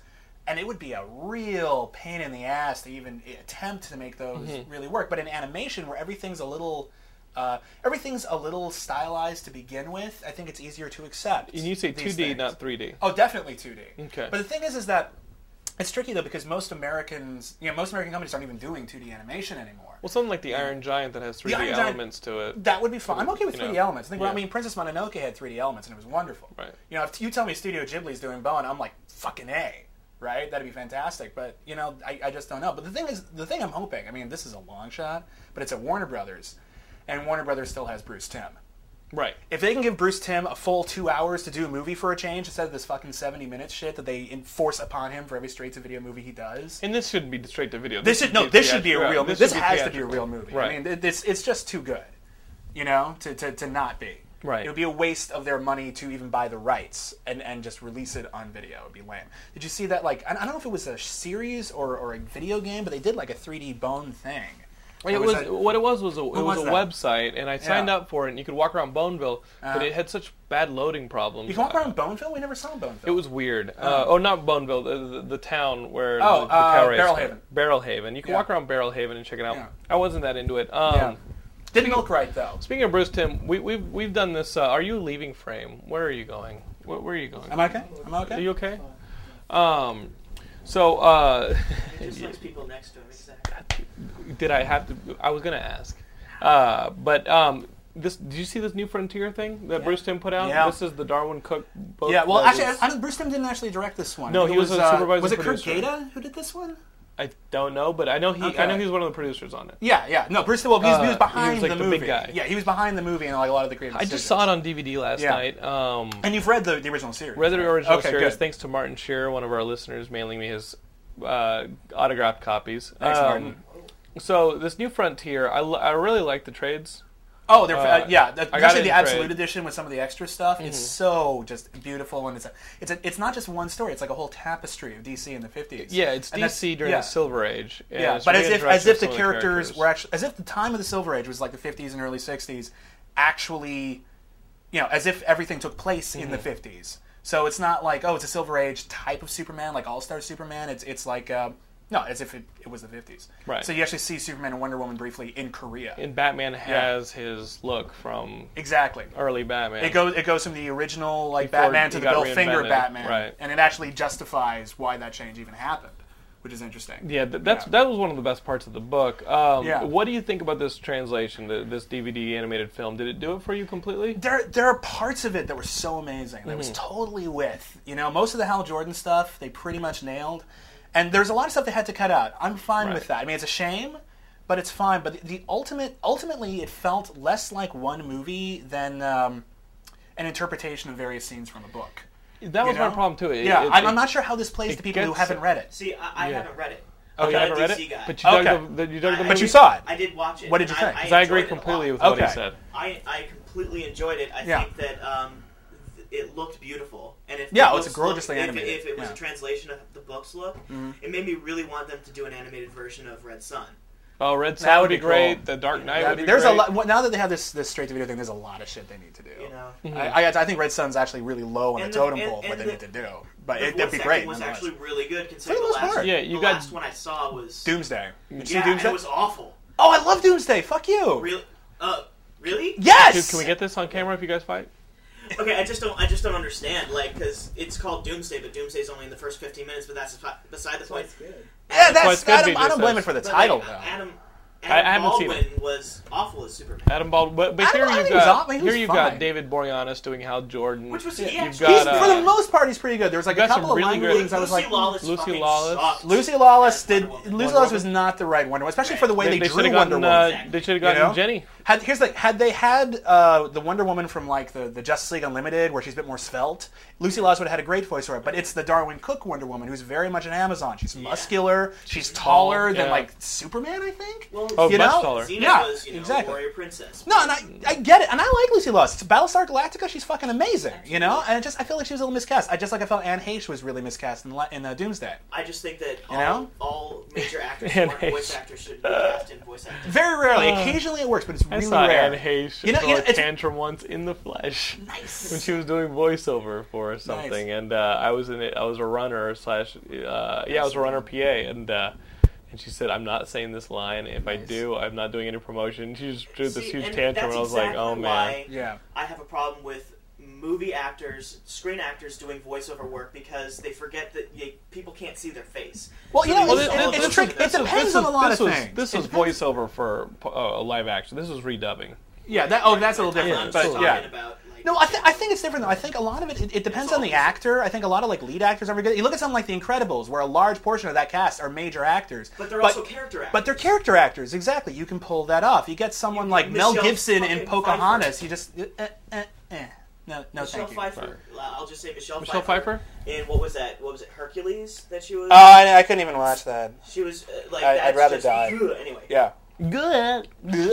S3: and it would be a real pain in the ass to even attempt to make those
S1: Mm-hmm.
S3: really work. But in animation, where everything's a little, uh, everything's a little stylized to begin with, I think it's easier to accept.
S1: And you say
S3: these
S1: 2D,
S3: things.
S1: not 3D.
S3: Oh, definitely 2D.
S1: Okay.
S3: But the thing is, is that it's tricky though because most Americans, you know, most American companies aren't even doing 2D animation anymore.
S1: Well, something like the Iron Giant that has 3D
S3: Iron Giant-
S1: elements to it.
S3: that would be fun. I'm okay with
S1: You know,
S3: 3D elements. I think. Well, I
S1: yeah.
S3: mean, Princess Mononoke had 3D elements, and it was wonderful.
S1: Right.
S3: You know, if you tell me Studio Ghibli's doing Bone, I'm like fucking a, right? That'd be fantastic. But you know, I, I just don't know. But the thing is, the thing I'm hoping. I mean, this is a long shot, but it's at Warner Brothers, and Warner Brothers still has Bruce Timm.
S1: Right.
S3: If they can give Bruce Tim a full two hours to do a movie for a change instead of this fucking 70 minute shit that they enforce upon him for every straight to video movie he does.
S1: And this shouldn't be straight to video.
S3: This should no.
S1: be
S3: This should be a
S1: theatri-
S3: real.
S1: yeah,
S3: movie. This
S1: should
S3: has to be a
S1: theatrical.
S3: real movie.
S1: Right.
S3: I mean, th- this it's just too good, you know, to, to, to not be.
S1: Right.
S3: It would be a waste of their money to even buy the rights and, and just release it on video. It would be lame. Did you see that? Like, I I don't know if it was a series or, or a video game, but they did like a 3D bone thing.
S1: It
S3: There
S1: was
S3: a-
S1: what it was was a, it was,
S3: was
S1: a
S3: that?
S1: website, and I signed
S3: Yeah.
S1: up for it. and You could walk around Boneville, but
S3: Uh-huh.
S1: it had such bad loading problems.
S3: you can walk around Boneville. We never saw Boneville.
S1: It was weird. Uh, oh, not Boneville, the, the, the town where
S3: Oh,
S1: the, the
S3: uh,
S1: cow race
S3: Barrel
S1: was.
S3: Haven.
S1: Barrel Haven. You can
S3: Yeah.
S1: walk around Barrel Haven and check it out.
S3: Yeah.
S1: I wasn't that into it. Um,
S3: Yeah. didn't look right though.
S1: Speaking of Bruce Tim, we, we've we've done this. Uh, are you leaving frame? Where are you going? Where, where are you going?
S3: Am I okay? Am I okay?
S1: Are you okay? Um, so uh,
S2: It just lets people next to him exactly.
S1: did I have to? I was gonna ask, uh, but um, this did you see this new Frontier thing that Bruce Tim put out?
S3: Yeah.
S1: This is the Darwin Cook book.
S3: Yeah, well,
S1: that
S3: actually,
S1: is-
S3: I, I don't, Bruce Timm didn't actually direct this one.
S1: No,
S3: I think
S1: he
S3: it
S1: was a supervising
S3: Was it Kurt
S1: producer.
S3: Gaeta who did this one?
S1: I don't know, but I know he.
S3: Okay.
S1: I know he's one of the producers on it.
S3: Yeah, yeah. No, Bruce Timm. Well, he's, he was
S1: Uh, he
S3: behind
S1: was, like, the
S3: the movie.
S1: big guy.
S3: Yeah, he was behind the movie and like a lot of the creative.
S1: I just saw it on DVD last
S3: Yeah.
S1: night. Um,
S3: And you've read the, the original series.
S1: read the
S3: right?
S1: original
S3: okay,
S1: series.
S3: Good.
S1: Thanks to Martin Shearer, one of our listeners, mailing me his uh, autographed copies.
S3: Thanks,
S1: Um,
S3: Martin.
S1: So this new Frontier, I, l- I really like the trades.
S3: Oh, they're,
S1: uh,
S3: uh, yeah. The,
S1: I got
S3: actually,
S1: it
S3: the
S1: in
S3: Absolute
S1: trade. Mm-hmm.
S3: Edition with some of the extra stuff is so just beautiful, and it's a, it's a, it's not just one story. It's like a whole tapestry of DC in the fifties.
S1: Yeah, it's
S3: And that's-
S1: DC during
S3: yeah.
S1: the Silver Age. and
S3: Yeah,
S1: it's
S3: but
S1: really
S3: as if
S1: interesting
S3: as if the
S1: some of
S3: characters, were actually as if the time of the Silver Age was like the 50s and early 60s, actually, you know, as if everything took place in the
S1: Mm-hmm.
S3: 50s. So it's not like oh, it's a Silver Age type of Superman, like All Star Superman. It's it's like um, no, as if it, it was the 50s.
S1: Right.
S3: So you actually see Superman and Wonder Woman briefly in Korea.
S1: And Batman has his look from
S3: exactly.
S1: early Batman.
S3: It goes it goes from the original like
S1: Before
S3: Batman to
S1: he
S3: the
S1: got
S3: Bill Finger
S1: reinvented,
S3: Batman,
S1: right.
S3: and it actually justifies why that change even happened, which is interesting.
S1: yeah, th- that's
S3: Yeah.
S1: that was one of the best parts of the book. Um,
S3: Yeah.
S1: What do you think about this translation, the, this DVD animated film? Did it do it for you completely?
S3: there there are parts of it that were so amazing that I
S1: Mm-hmm.
S3: was totally with you know most of the hal jordan stuff they pretty much nailed and there's a lot of stuff they had to cut out i'm fine
S1: Right.
S3: with that i mean it's a shame but it's fine but the, the ultimate ultimately it felt less like one movie than um, an interpretation of various scenes from a book
S1: That was
S3: You know?
S1: my problem too. It-
S3: yeah
S1: it-
S3: I'm, I'm
S1: it-
S3: not sure how this plays
S1: it
S3: to people who
S1: gets-
S3: haven't read it
S2: See, I, I
S1: Yeah.
S2: haven't read it.
S1: Oh, you
S2: I'm
S1: haven't
S2: not a
S1: read
S2: DC
S1: it,
S2: guy.
S1: but you dug
S3: Okay.
S1: the, the, you dug the
S2: I-
S3: but
S1: movie?
S3: you saw it
S2: I did watch it.
S3: What did
S2: and
S3: you
S2: I-
S3: think?
S2: I,
S1: Because I agree
S2: enjoyed it a lot.
S1: completely with what
S3: Okay.
S1: he said.
S2: I, I completely enjoyed it. I
S3: Yeah.
S2: think that um, th- it looked beautiful. And if the
S3: Yeah, oh, it's
S2: books
S3: gorgeously
S2: looked-
S3: animated,
S2: If, if it was
S3: yeah. Mm-hmm.
S2: a translation of the books look, it made me really want them to do an animated version of Red Sun.
S1: Oh, Red Sun
S3: That
S1: would
S3: would
S1: be
S3: be
S1: great.
S3: cool.
S1: The Dark Knight
S3: Yeah,
S1: would be
S3: there's
S1: great.
S3: a lot. Now that they have this this straight to video thing, there's a lot of shit they need to do.
S2: You know,
S3: I, I, I think Red Sun's actually really low on
S2: Mm. And
S3: the
S2: the-
S3: totem
S2: and-
S3: pole of what
S2: and
S3: they
S2: the-
S3: need to do, but
S2: the
S3: it, that'd be
S2: voice
S3: great.
S2: acting was
S3: nonetheless.
S2: actually really good considering
S3: For
S2: the
S3: the most
S2: last
S3: part.
S1: Yeah, you
S2: the
S1: got-
S2: last one I saw was
S3: Doomsday. Did you
S2: yeah,
S3: see
S2: and
S3: Doomsday?
S2: it was awful.
S3: Oh, I love Doomsday. Fuck you.
S2: Really, uh, really?
S3: Yes.
S1: Dude, can we get this on camera if you guys fight?
S2: Okay, I just don't. I just don't understand. Like, because it's called Doomsday, but Doomsday's only in the first fifteen minutes. But that's besi- beside the
S4: Why
S2: point.
S4: it's good.
S3: Yeah,
S1: Well, it's
S3: that's.
S1: gotta
S3: I don't,
S1: be
S3: I don't
S1: just
S3: blame
S1: us.
S3: it for the
S2: But,
S3: title
S2: like,
S3: though.
S2: Adam,
S1: I-
S2: Adam
S1: I haven't seen
S2: Baldwin
S1: it.
S2: was awful as Superman.
S1: Adam Baldwin. But, but
S3: I
S1: here
S3: don't
S1: you
S3: think he was
S1: got
S3: awful. He
S1: here
S3: was
S1: you
S3: fine.
S1: got David Boreanaz doing Hal Jordan.
S2: Which was he
S1: you've
S2: actually-
S1: got
S3: He's,
S1: uh,
S3: for the most part, he's pretty good. There was like
S1: you
S3: a
S1: got some
S3: couple of
S1: really
S3: line
S1: good-
S3: readings. I
S2: Lucy
S3: was like,
S2: Lawless.
S1: "Hmm, Lucy
S2: fucking
S1: Lawless.
S2: sucked.
S3: Lucy Lawless did.
S2: Wonder Woman.
S3: Lucy
S1: Wonder
S3: Lawless
S1: Woman.
S3: was not the right Wonder Woman, especially
S2: Right.
S3: for the way
S1: they,
S3: they,
S1: they should
S3: drew
S1: have
S3: Wonder
S1: gotten
S3: Woman.
S1: uh, they should have gotten
S3: You know?
S1: Jenny.
S3: Had here's like had they had uh, the Wonder Woman from like the, the Justice League Unlimited, where she's a bit more svelte, Lucy Lawless would have had a great voice for it. But it's the Darwin Cook Wonder Woman who's very much an Amazon. She's muscular, she's taller than
S1: yeah.
S3: like Superman, I think.
S2: Well,
S1: Oh,
S3: You
S1: much
S3: know?
S1: taller.
S2: Xena
S3: Yeah,
S2: was, you know,
S3: exactly.
S2: warrior princess.
S3: No, and I, I get it, and I like Lucy Lawless. Battlestar Galactica, she's fucking amazing, you know. And it just I feel like she was a little miscast. I just like I felt Anne Heche was really miscast in, La- in uh, Doomsday.
S2: I just think that all,
S3: know?
S2: all major actors,
S1: And
S2: who aren't
S1: Ace.
S2: voice actors, should be cast in voice acting.
S3: Very rarely, occasionally it works, but it's
S1: I
S3: really
S1: saw
S3: rare.
S1: Anne Heche
S3: You know-
S1: throw
S3: you know,
S1: a
S3: it's-
S1: tantrum once in the flesh
S3: Nice.
S1: when she was doing voiceover for something, and uh, I was in it. I was a runner slash uh, yeah, I was a runner PA, and uh, and she said, "I'm not saying this line. If I do, I'm not doing any promotion." She just threw this
S2: See,
S1: huge
S2: and
S1: tantrum,
S2: that's
S1: and I was like,
S2: exactly
S1: "Oh man."
S2: why
S3: Yeah.
S2: I have a problem with movie actors, screen actors doing voiceover work because they forget that they, people can't see their face.
S3: Well, you know,
S2: Well,
S3: it's,
S2: this-
S3: it's,
S2: this-
S3: a trick. It
S2: this-
S3: depends
S1: this
S3: on a
S1: was-
S3: lot
S1: this
S3: of
S1: was,
S3: things.
S1: This
S3: It
S1: was
S3: depends-
S1: voiceover for uh, live action. This was redubbing.
S3: Yeah, that, oh, that's a little
S2: I'm
S3: different.
S2: just
S3: but
S2: talking
S3: yeah.
S2: about, like,
S3: No, I, th- I think it's different though. I think a lot of it, it, it depends
S2: It's
S3: on the
S2: always-
S3: actor. I think a lot of like lead actors are very good. You look at something like The Incredibles, where a large portion of that cast are major actors.
S2: But they're also character actors.
S3: But they're character actors, exactly. You can pull that off. You get someone
S2: You-
S3: like Mel
S2: Michelle
S3: Gibson in
S2: fucking
S3: Pocahontas. You just eh, eh, eh. no, no,
S2: Michelle
S3: thank you.
S2: Pfeiffer. I'll just say Michelle,
S1: Michelle Pfeiffer?
S2: And what was that? What was it? Hercules that she was.
S3: Oh, I, I couldn't even watch that.
S2: she was uh, like.
S3: I- I'd
S2: that's
S3: rather
S2: just,
S3: die.
S2: Ugh, Anyway.
S3: Yeah.
S1: Good.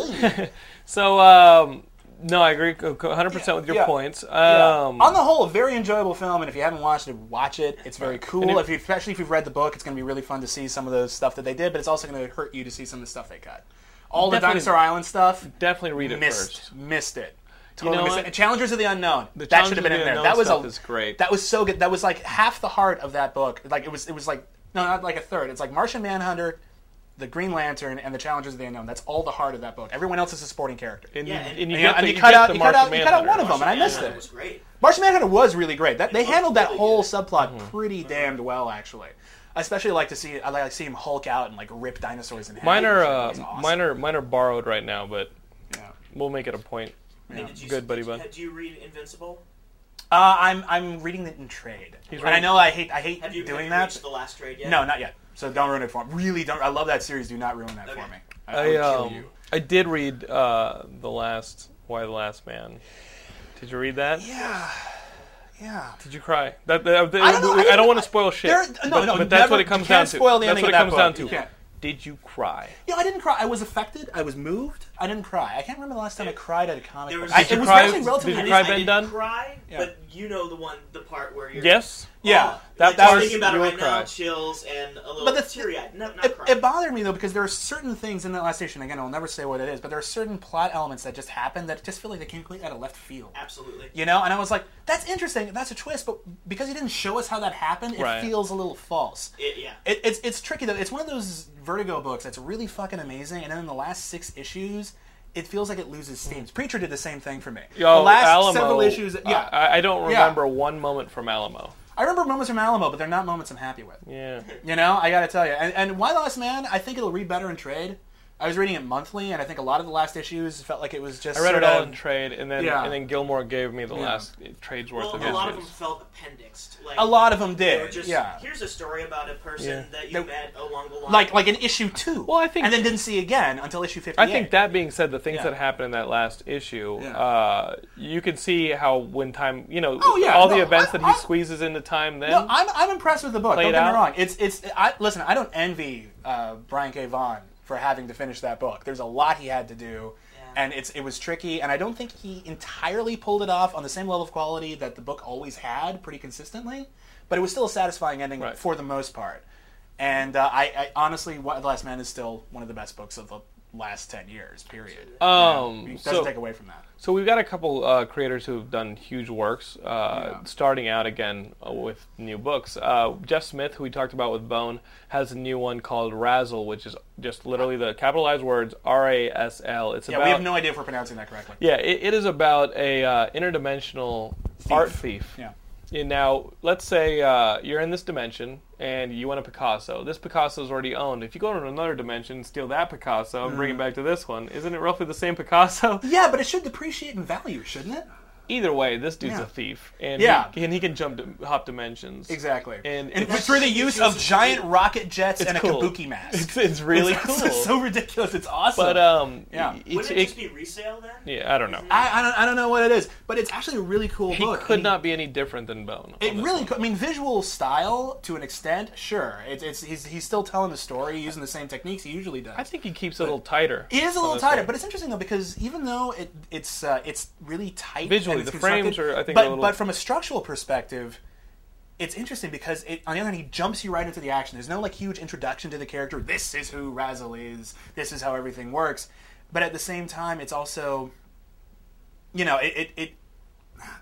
S1: So um, no, I agree 100 percent with your
S3: Yeah.
S1: points. Um,
S3: On the whole, a very enjoyable film, and if you haven't watched it, watch it. It's very cool.
S1: And
S3: If,
S1: if-
S3: you, especially if you've read the book, it's going to be really fun to see some of the stuff that they did, but it's also going to hurt you to see some of the stuff they cut. All the
S1: Definitely-
S3: Dinosaur Island stuff,
S1: definitely read it
S3: missed,
S1: first.
S3: missed it. Totally
S1: know
S3: missed
S1: what?
S3: it. Challengers of the Unknown.
S1: The
S3: that should
S1: Challengers
S3: have
S1: of
S3: been in
S1: the
S3: there.
S1: Unknown
S3: That was
S1: stuff
S3: a
S1: is great.
S3: That was so good. That was like half the heart of that book. Like it was. It was like no, not like a third. It's like Martian Manhunter. The Green Lantern and the Challengers of the Unknown. That's all the heart of that book. Everyone else is a supporting character.
S1: And
S2: Yeah,
S1: you, and you
S3: and you-
S1: get
S3: and
S1: the,
S3: you
S1: you
S3: cut
S1: get
S3: out-
S1: the
S3: you cut out-
S1: Martian
S3: you cut out
S1: Manhunter.
S3: one of them, and I
S2: Martian
S3: missed
S2: Manhunter
S3: it.
S2: Was great.
S3: Martian Manhunter was really great. That they
S2: was
S3: handled that
S2: really
S3: whole
S2: good.
S3: subplot
S1: Mm-hmm.
S3: pretty damned well, actually. I especially like to see I like to see him Hulk out and like rip dinosaurs in half.
S1: Mine are,
S3: That
S1: uh,
S3: was awesome.
S1: mine are mine are borrowed right now, but
S3: Yeah.
S1: we'll make it a point.
S2: Hey, did you,
S1: Good buddy
S2: did you-
S1: bud.
S2: Did you read Invincible?
S3: Uh, I'm I'm reading it in trade,
S1: He's
S3: and I
S1: reading-
S3: know I hate I hate
S2: Have you have
S3: doing
S2: you
S3: that.
S2: reached the last trade yet?
S3: No, not yet. So don't ruin it for me. Really, don't. I love that series. Do not ruin that for
S2: Okay.
S3: me. I, I
S1: I
S3: would kill
S1: um,
S3: you.
S1: I did read uh, the last Why the Last Man. Did you read that?
S3: Yeah, yeah.
S1: Did you cry? That, that- that-
S3: I don't know, I
S1: I
S3: didn't-
S1: don't want to spoil shit.
S3: There- no,
S1: but,
S3: no,
S1: but that's
S3: never-
S1: what it
S3: you
S1: comes down
S3: can't
S1: to.
S3: spoil the
S1: that's
S3: ending
S1: what
S3: of
S1: it
S3: that
S1: comes down
S3: book. You
S1: to.
S3: can't.
S1: Did you cry?
S3: Yeah, I didn't cry. I was affected. I was moved. I didn't cry. I can't remember the last time I cried at a comic.
S2: There
S3: book.
S2: was-
S3: I,
S2: Did you
S3: it was
S1: cry-
S3: actually
S1: did
S3: relatively.
S1: you
S2: I didn't,
S1: cry
S2: I
S1: Ben
S2: didn't
S1: Dunn?
S2: Cry,
S3: Yeah.
S2: but you know the one, the part where you're.
S1: Yes.
S3: Yeah,
S2: that,
S3: that that
S2: just
S3: was
S2: thinking about it
S1: real
S2: right now,
S1: cry.
S2: chills and a little
S3: But the th-
S2: teary-eyed. No, not
S3: it,
S2: crying.
S3: it bothered me though because there are certain things in that last station. Again, I'll never say what it is, but there are certain plot elements that just happened that just feel like they came completely out of left field.
S2: Absolutely.
S3: You know, and I was like, "That's interesting. That's a twist." But because he didn't show us how that happened, it
S1: Right.
S3: feels a little false.
S2: It- yeah.
S3: It, it's it's tricky though. It's one of those Vertigo books that's really fucking amazing, and then in the last six issues, it feels like it loses steam. Preacher did the same thing for me.
S1: Hmm. Yo,
S3: the last
S1: Alamo,
S3: several issues, yeah. I,
S1: I, I don't
S3: Yeah.
S1: remember one moment from Alamo.
S3: remember moments from Alamo, but they're not moments I'm happy with.
S1: Yeah.
S3: You know, I gotta tell you. And, and Why the Last Man, I think it'll read better in trade. I was reading it monthly, and I think a lot of the last issues felt like it was just.
S1: I read it
S3: sort
S1: all
S3: of-
S1: in trade, and then
S3: Yeah.
S1: and then Gilmore gave me the
S3: Yeah.
S1: last uh, trades worth
S2: Well,
S1: of
S2: a lot of them
S1: issues.
S2: felt appendixed. Like
S3: A lot of them
S2: they were
S3: did.
S2: just,
S3: yeah.
S2: Here's a story about a person
S1: Yeah.
S2: that you
S3: They-
S2: met along the line.
S3: Like like in issue two.
S1: Well, I think-
S3: and then didn't see again until issue fifty.
S1: I think that being said, the things
S3: Yeah.
S1: that happened in that last issue,
S3: Yeah.
S1: uh, you can see how when time, you know,
S3: Oh, yeah,
S1: all
S3: no,
S1: the events
S3: I-
S1: that he
S3: I-
S1: squeezes into time then.
S3: No, I'm, I'm impressed with the book. Don't
S1: Played
S3: get me
S1: out.
S3: wrong. It's it's. I listen. I don't envy uh, Brian K. Vaughan for having to finish that book. There's a lot he had to do,
S2: Yeah.
S3: and it's it was tricky, and I don't think he entirely pulled it off on the same level of quality that the book always had, pretty consistently. But it was still a satisfying ending
S1: Right.
S3: for the most part. And uh, I, I honestly, Why- The Last Man is still one of the best books of the last ten years. Period.
S1: Um,
S3: it doesn't
S1: so-
S3: take away from that.
S1: So we've got a couple uh, creators who have done huge works, uh,
S3: Yeah.
S1: starting out again uh, with new books. Uh, Jeff Smith, who we talked about with Bone, has a new one called Razzle, which is just literally the capitalized words R A S L. It's
S3: Yeah,
S1: about
S3: we have no idea if we're pronouncing that correctly.
S1: yeah, it, it is about a uh, interdimensional art thief.
S3: Yeah.
S1: And now, let's say uh, you're in this dimension and you want a Picasso. This Picasso is already owned. If you go to another dimension, steal that Picasso and
S3: Mm.
S1: bring it back to this one, isn't it roughly the same Picasso?
S3: Yeah, but it should depreciate in value, shouldn't it?
S1: Either way, this dude's
S3: Yeah.
S1: a thief, and
S3: Yeah.
S1: he, and he can jump to, hop dimensions.
S3: Exactly.
S1: And
S3: And
S1: it's-
S3: through the use of giant rocket jets
S1: It's
S3: and a
S1: cool.
S3: kabuki mask.
S1: It's, it's really
S3: It's-
S1: cool.
S3: It's, so ridiculous. It's awesome.
S1: but um,
S3: Yeah.
S1: y-
S2: Wouldn't
S1: it's,
S2: it, just
S1: it,
S2: be resale then?
S1: yeah, I don't know.
S3: I, I don't I don't know what it is, but it's actually a really cool
S1: He
S3: book.
S1: could
S3: and he-
S1: not be any different than Bone.
S3: It
S1: on this
S3: really.
S1: one.
S3: Could, I mean, visual style to an extent, sure. It's it's he's he's still telling the story using the same techniques he usually does.
S1: I think he keeps it a little tighter.
S3: It is a
S1: on
S3: little
S1: this
S3: tighter,
S1: one.
S3: but it's interesting though because even though it, it's uh, it's really tight
S1: Visually,
S3: and it's
S1: the frames
S3: constructed,
S1: are, I think,
S3: but
S1: a little-
S3: but from a structural perspective, it's interesting because it, on the other hand, he jumps you right into the action. There's no like huge introduction to the character. This is who Razzle is. This is how everything works. But at the same time, it's also, you know, it it. it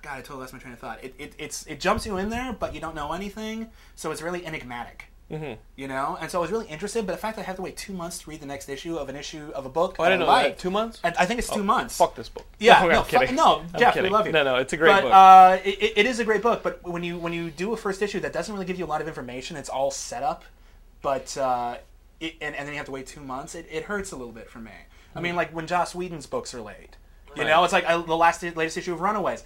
S3: God, I totally lost my train of thought. It, it it's it jumps you in there, but you don't know anything, so it's really enigmatic. Mm-hmm. You know, and so I was really interested. But the fact that I have to wait two months to read the next issue of an issue of a book,
S1: Oh, I didn't know
S3: like,
S1: that. Two months?
S3: I, I think it's two months.
S1: Oh, Fuck this book.
S3: Yeah,
S1: Okay,
S3: no,
S1: I'm
S3: fuck-
S1: kidding.
S3: no,
S1: I'm
S3: Jeff, we
S1: kidding.
S3: love you.
S1: No, no, it's a great
S3: but,
S1: book.
S3: Uh, it, it- it is a great book, but when you when you do a first issue that doesn't really give you a lot of information, it's all set up, but uh, it, and, and then you have to wait two months. It, it hurts a little bit for me. I mean, like when Joss Whedon's books are late, you
S1: Mm. Right.
S3: know, it's like I, the last latest issue of Runaways.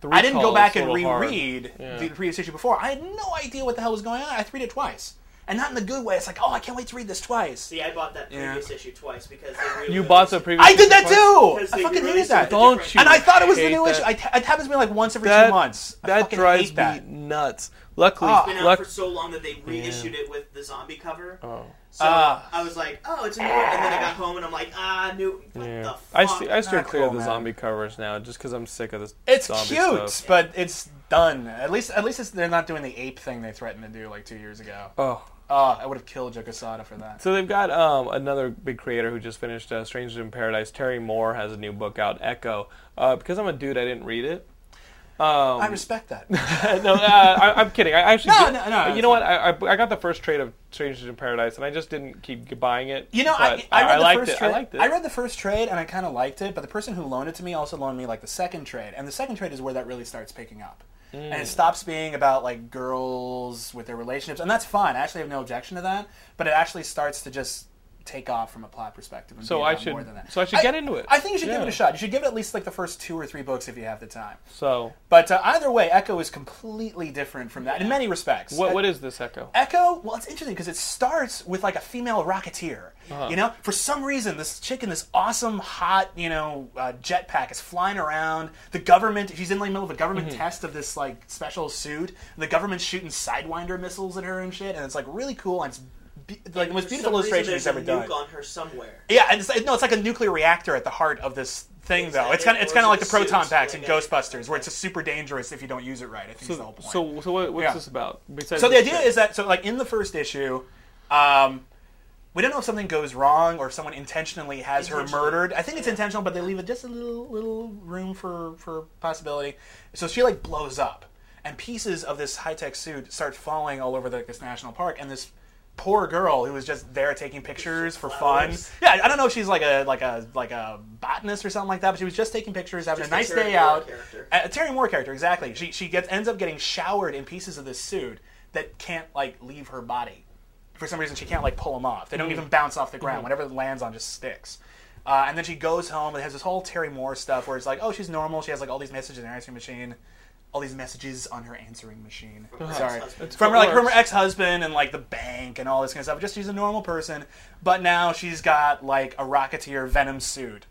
S1: The
S3: I didn't
S1: recall
S3: go back
S1: is a
S3: and
S1: little hard.
S3: reread
S1: Yeah.
S3: the previous issue before. I had no idea what the hell was going on. I had to read it twice, and not in the good way. It's like, oh, I can't wait to read this twice.
S2: See, I bought that
S3: Yeah.
S2: previous issue twice because they really
S1: You bought the previous.
S3: I did that
S2: Because
S3: too.
S2: they
S3: I fucking hated
S2: released
S3: that.
S2: it
S1: Don't
S2: different-
S1: you-
S3: And I thought it was the
S1: hate
S3: new
S1: that.
S3: issue. I t- it happens to me like once every
S1: That-
S3: two months. I
S1: That
S3: fucking
S1: drives
S3: hate that.
S1: me nuts. Luckily,
S3: Ah.
S2: been out
S1: luck-
S2: for so long that they reissued it with the zombie cover.
S1: Oh.
S2: So
S3: Ah.
S2: I was like, oh, it's a new one. And then I got home and I'm like, ah, new. What the
S1: Yeah.
S2: fuck?
S1: I, st- I steer
S3: Not
S1: clear
S3: cool,
S1: of the
S3: man.
S1: zombie covers now, just because I'm sick of this.
S3: It's
S1: zombie
S3: cute,
S1: Stuff.
S3: but it's done. At least, at least it's, they're not doing the ape thing they threatened to do like two years ago.
S1: Oh,
S3: Oh, I would have killed Jokosada for that.
S1: so they've got um, another big creator who just finished uh, *Strangers in Paradise*. Terry Moore has a new book out, *Echo*. Uh, because I'm a dude, I didn't read it. Um,
S3: I respect that.
S1: no, uh, I, I'm kidding. I actually,
S3: No,
S1: did-
S3: no, no,
S1: You
S3: it's
S1: know what? I, I, I got the first trade of *Strangers in Paradise*, and I just didn't keep buying it.
S3: You know, I,
S1: but
S3: I read the
S1: liked
S3: first
S1: it.
S3: trade.
S1: I liked it.
S3: read the first trade and I kind of liked it, but the person who loaned it to me also loaned me like the second trade, and the second trade is where that really starts picking up, and
S1: Hmm.
S3: it stops being about like girls with their relationships, and that's fine. I actually have no objection to that, but it actually starts to just take off from a plot perspective. And
S1: So
S3: be
S1: I
S3: about
S1: should-
S3: more than that.
S1: so I should get into it.
S3: I think you should give it
S1: Yeah.
S3: a shot. You should give it at least like the first two or three books if you have the time.
S1: So,
S3: But uh, either way, Echo is completely different from that in many respects.
S1: what, what is this Echo?
S3: Echo, well, it's interesting because it starts with like a female rocketeer.
S1: Uh-huh.
S3: You know, for some reason, this chick in this awesome, hot, you know, uh, jetpack is flying around. The government, she's in the middle of a government
S1: Mm-hmm.
S3: test of this like special suit. And the government's shooting Sidewinder missiles at her and shit, and it's like really cool. And it's be- like the most
S2: For
S3: beautiful
S2: some reason,
S3: illustration he's ever
S2: there's a
S3: done.
S2: nuke on her somewhere.
S3: Yeah, and it's, no, it's like a nuclear reactor at the heart of this thing, though.
S2: Exactly.
S3: It's kind of it's kind of
S2: Or
S3: like the
S2: it's a
S3: proton
S2: suit,
S3: packs in
S2: like a-
S3: Ghostbusters, where it's just super dangerous if you don't use it right. I think is the whole
S1: So,
S3: point.
S1: so, so what, what's
S3: Yeah.
S1: this about? Besides
S3: So the idea
S1: chick?
S3: is that so like in the first issue, um, we don't know if something goes wrong or if someone intentionally has her
S2: Intentionally.
S3: murdered. I think it's intentional, but they leave it just a little little room for for possibility. So she like blows up, and pieces of this high tech suit start falling all over like this national park, and this. Poor girl who was just there taking pictures for fun.
S2: Flowers.
S3: Yeah, I don't know if she's like a like a like a botanist or something like that, but she was just taking pictures, having
S2: Just
S3: a
S2: a
S3: nice
S2: Terry
S3: day
S2: Moore
S3: out.
S2: character.
S3: A, a Terry Moore character, exactly. She she gets ends up getting showered in pieces of this suit that can't like leave her body. For some reason, she can't like pull them off. They don't
S2: Mm-hmm.
S3: even bounce off the ground. Whatever it lands on just sticks. Uh, and then she goes home and has this whole Terry Moore stuff where it's like, oh, she's normal. She has like all these messages in her answering machine, all these messages on her answering machine.
S2: her
S3: Sorry,
S2: ex-husband.
S3: from her like from her
S1: Works.
S3: ex-husband and like the bank and all this kind of stuff. Just she's a normal person, but now she's got like a Rocketeer Venom suit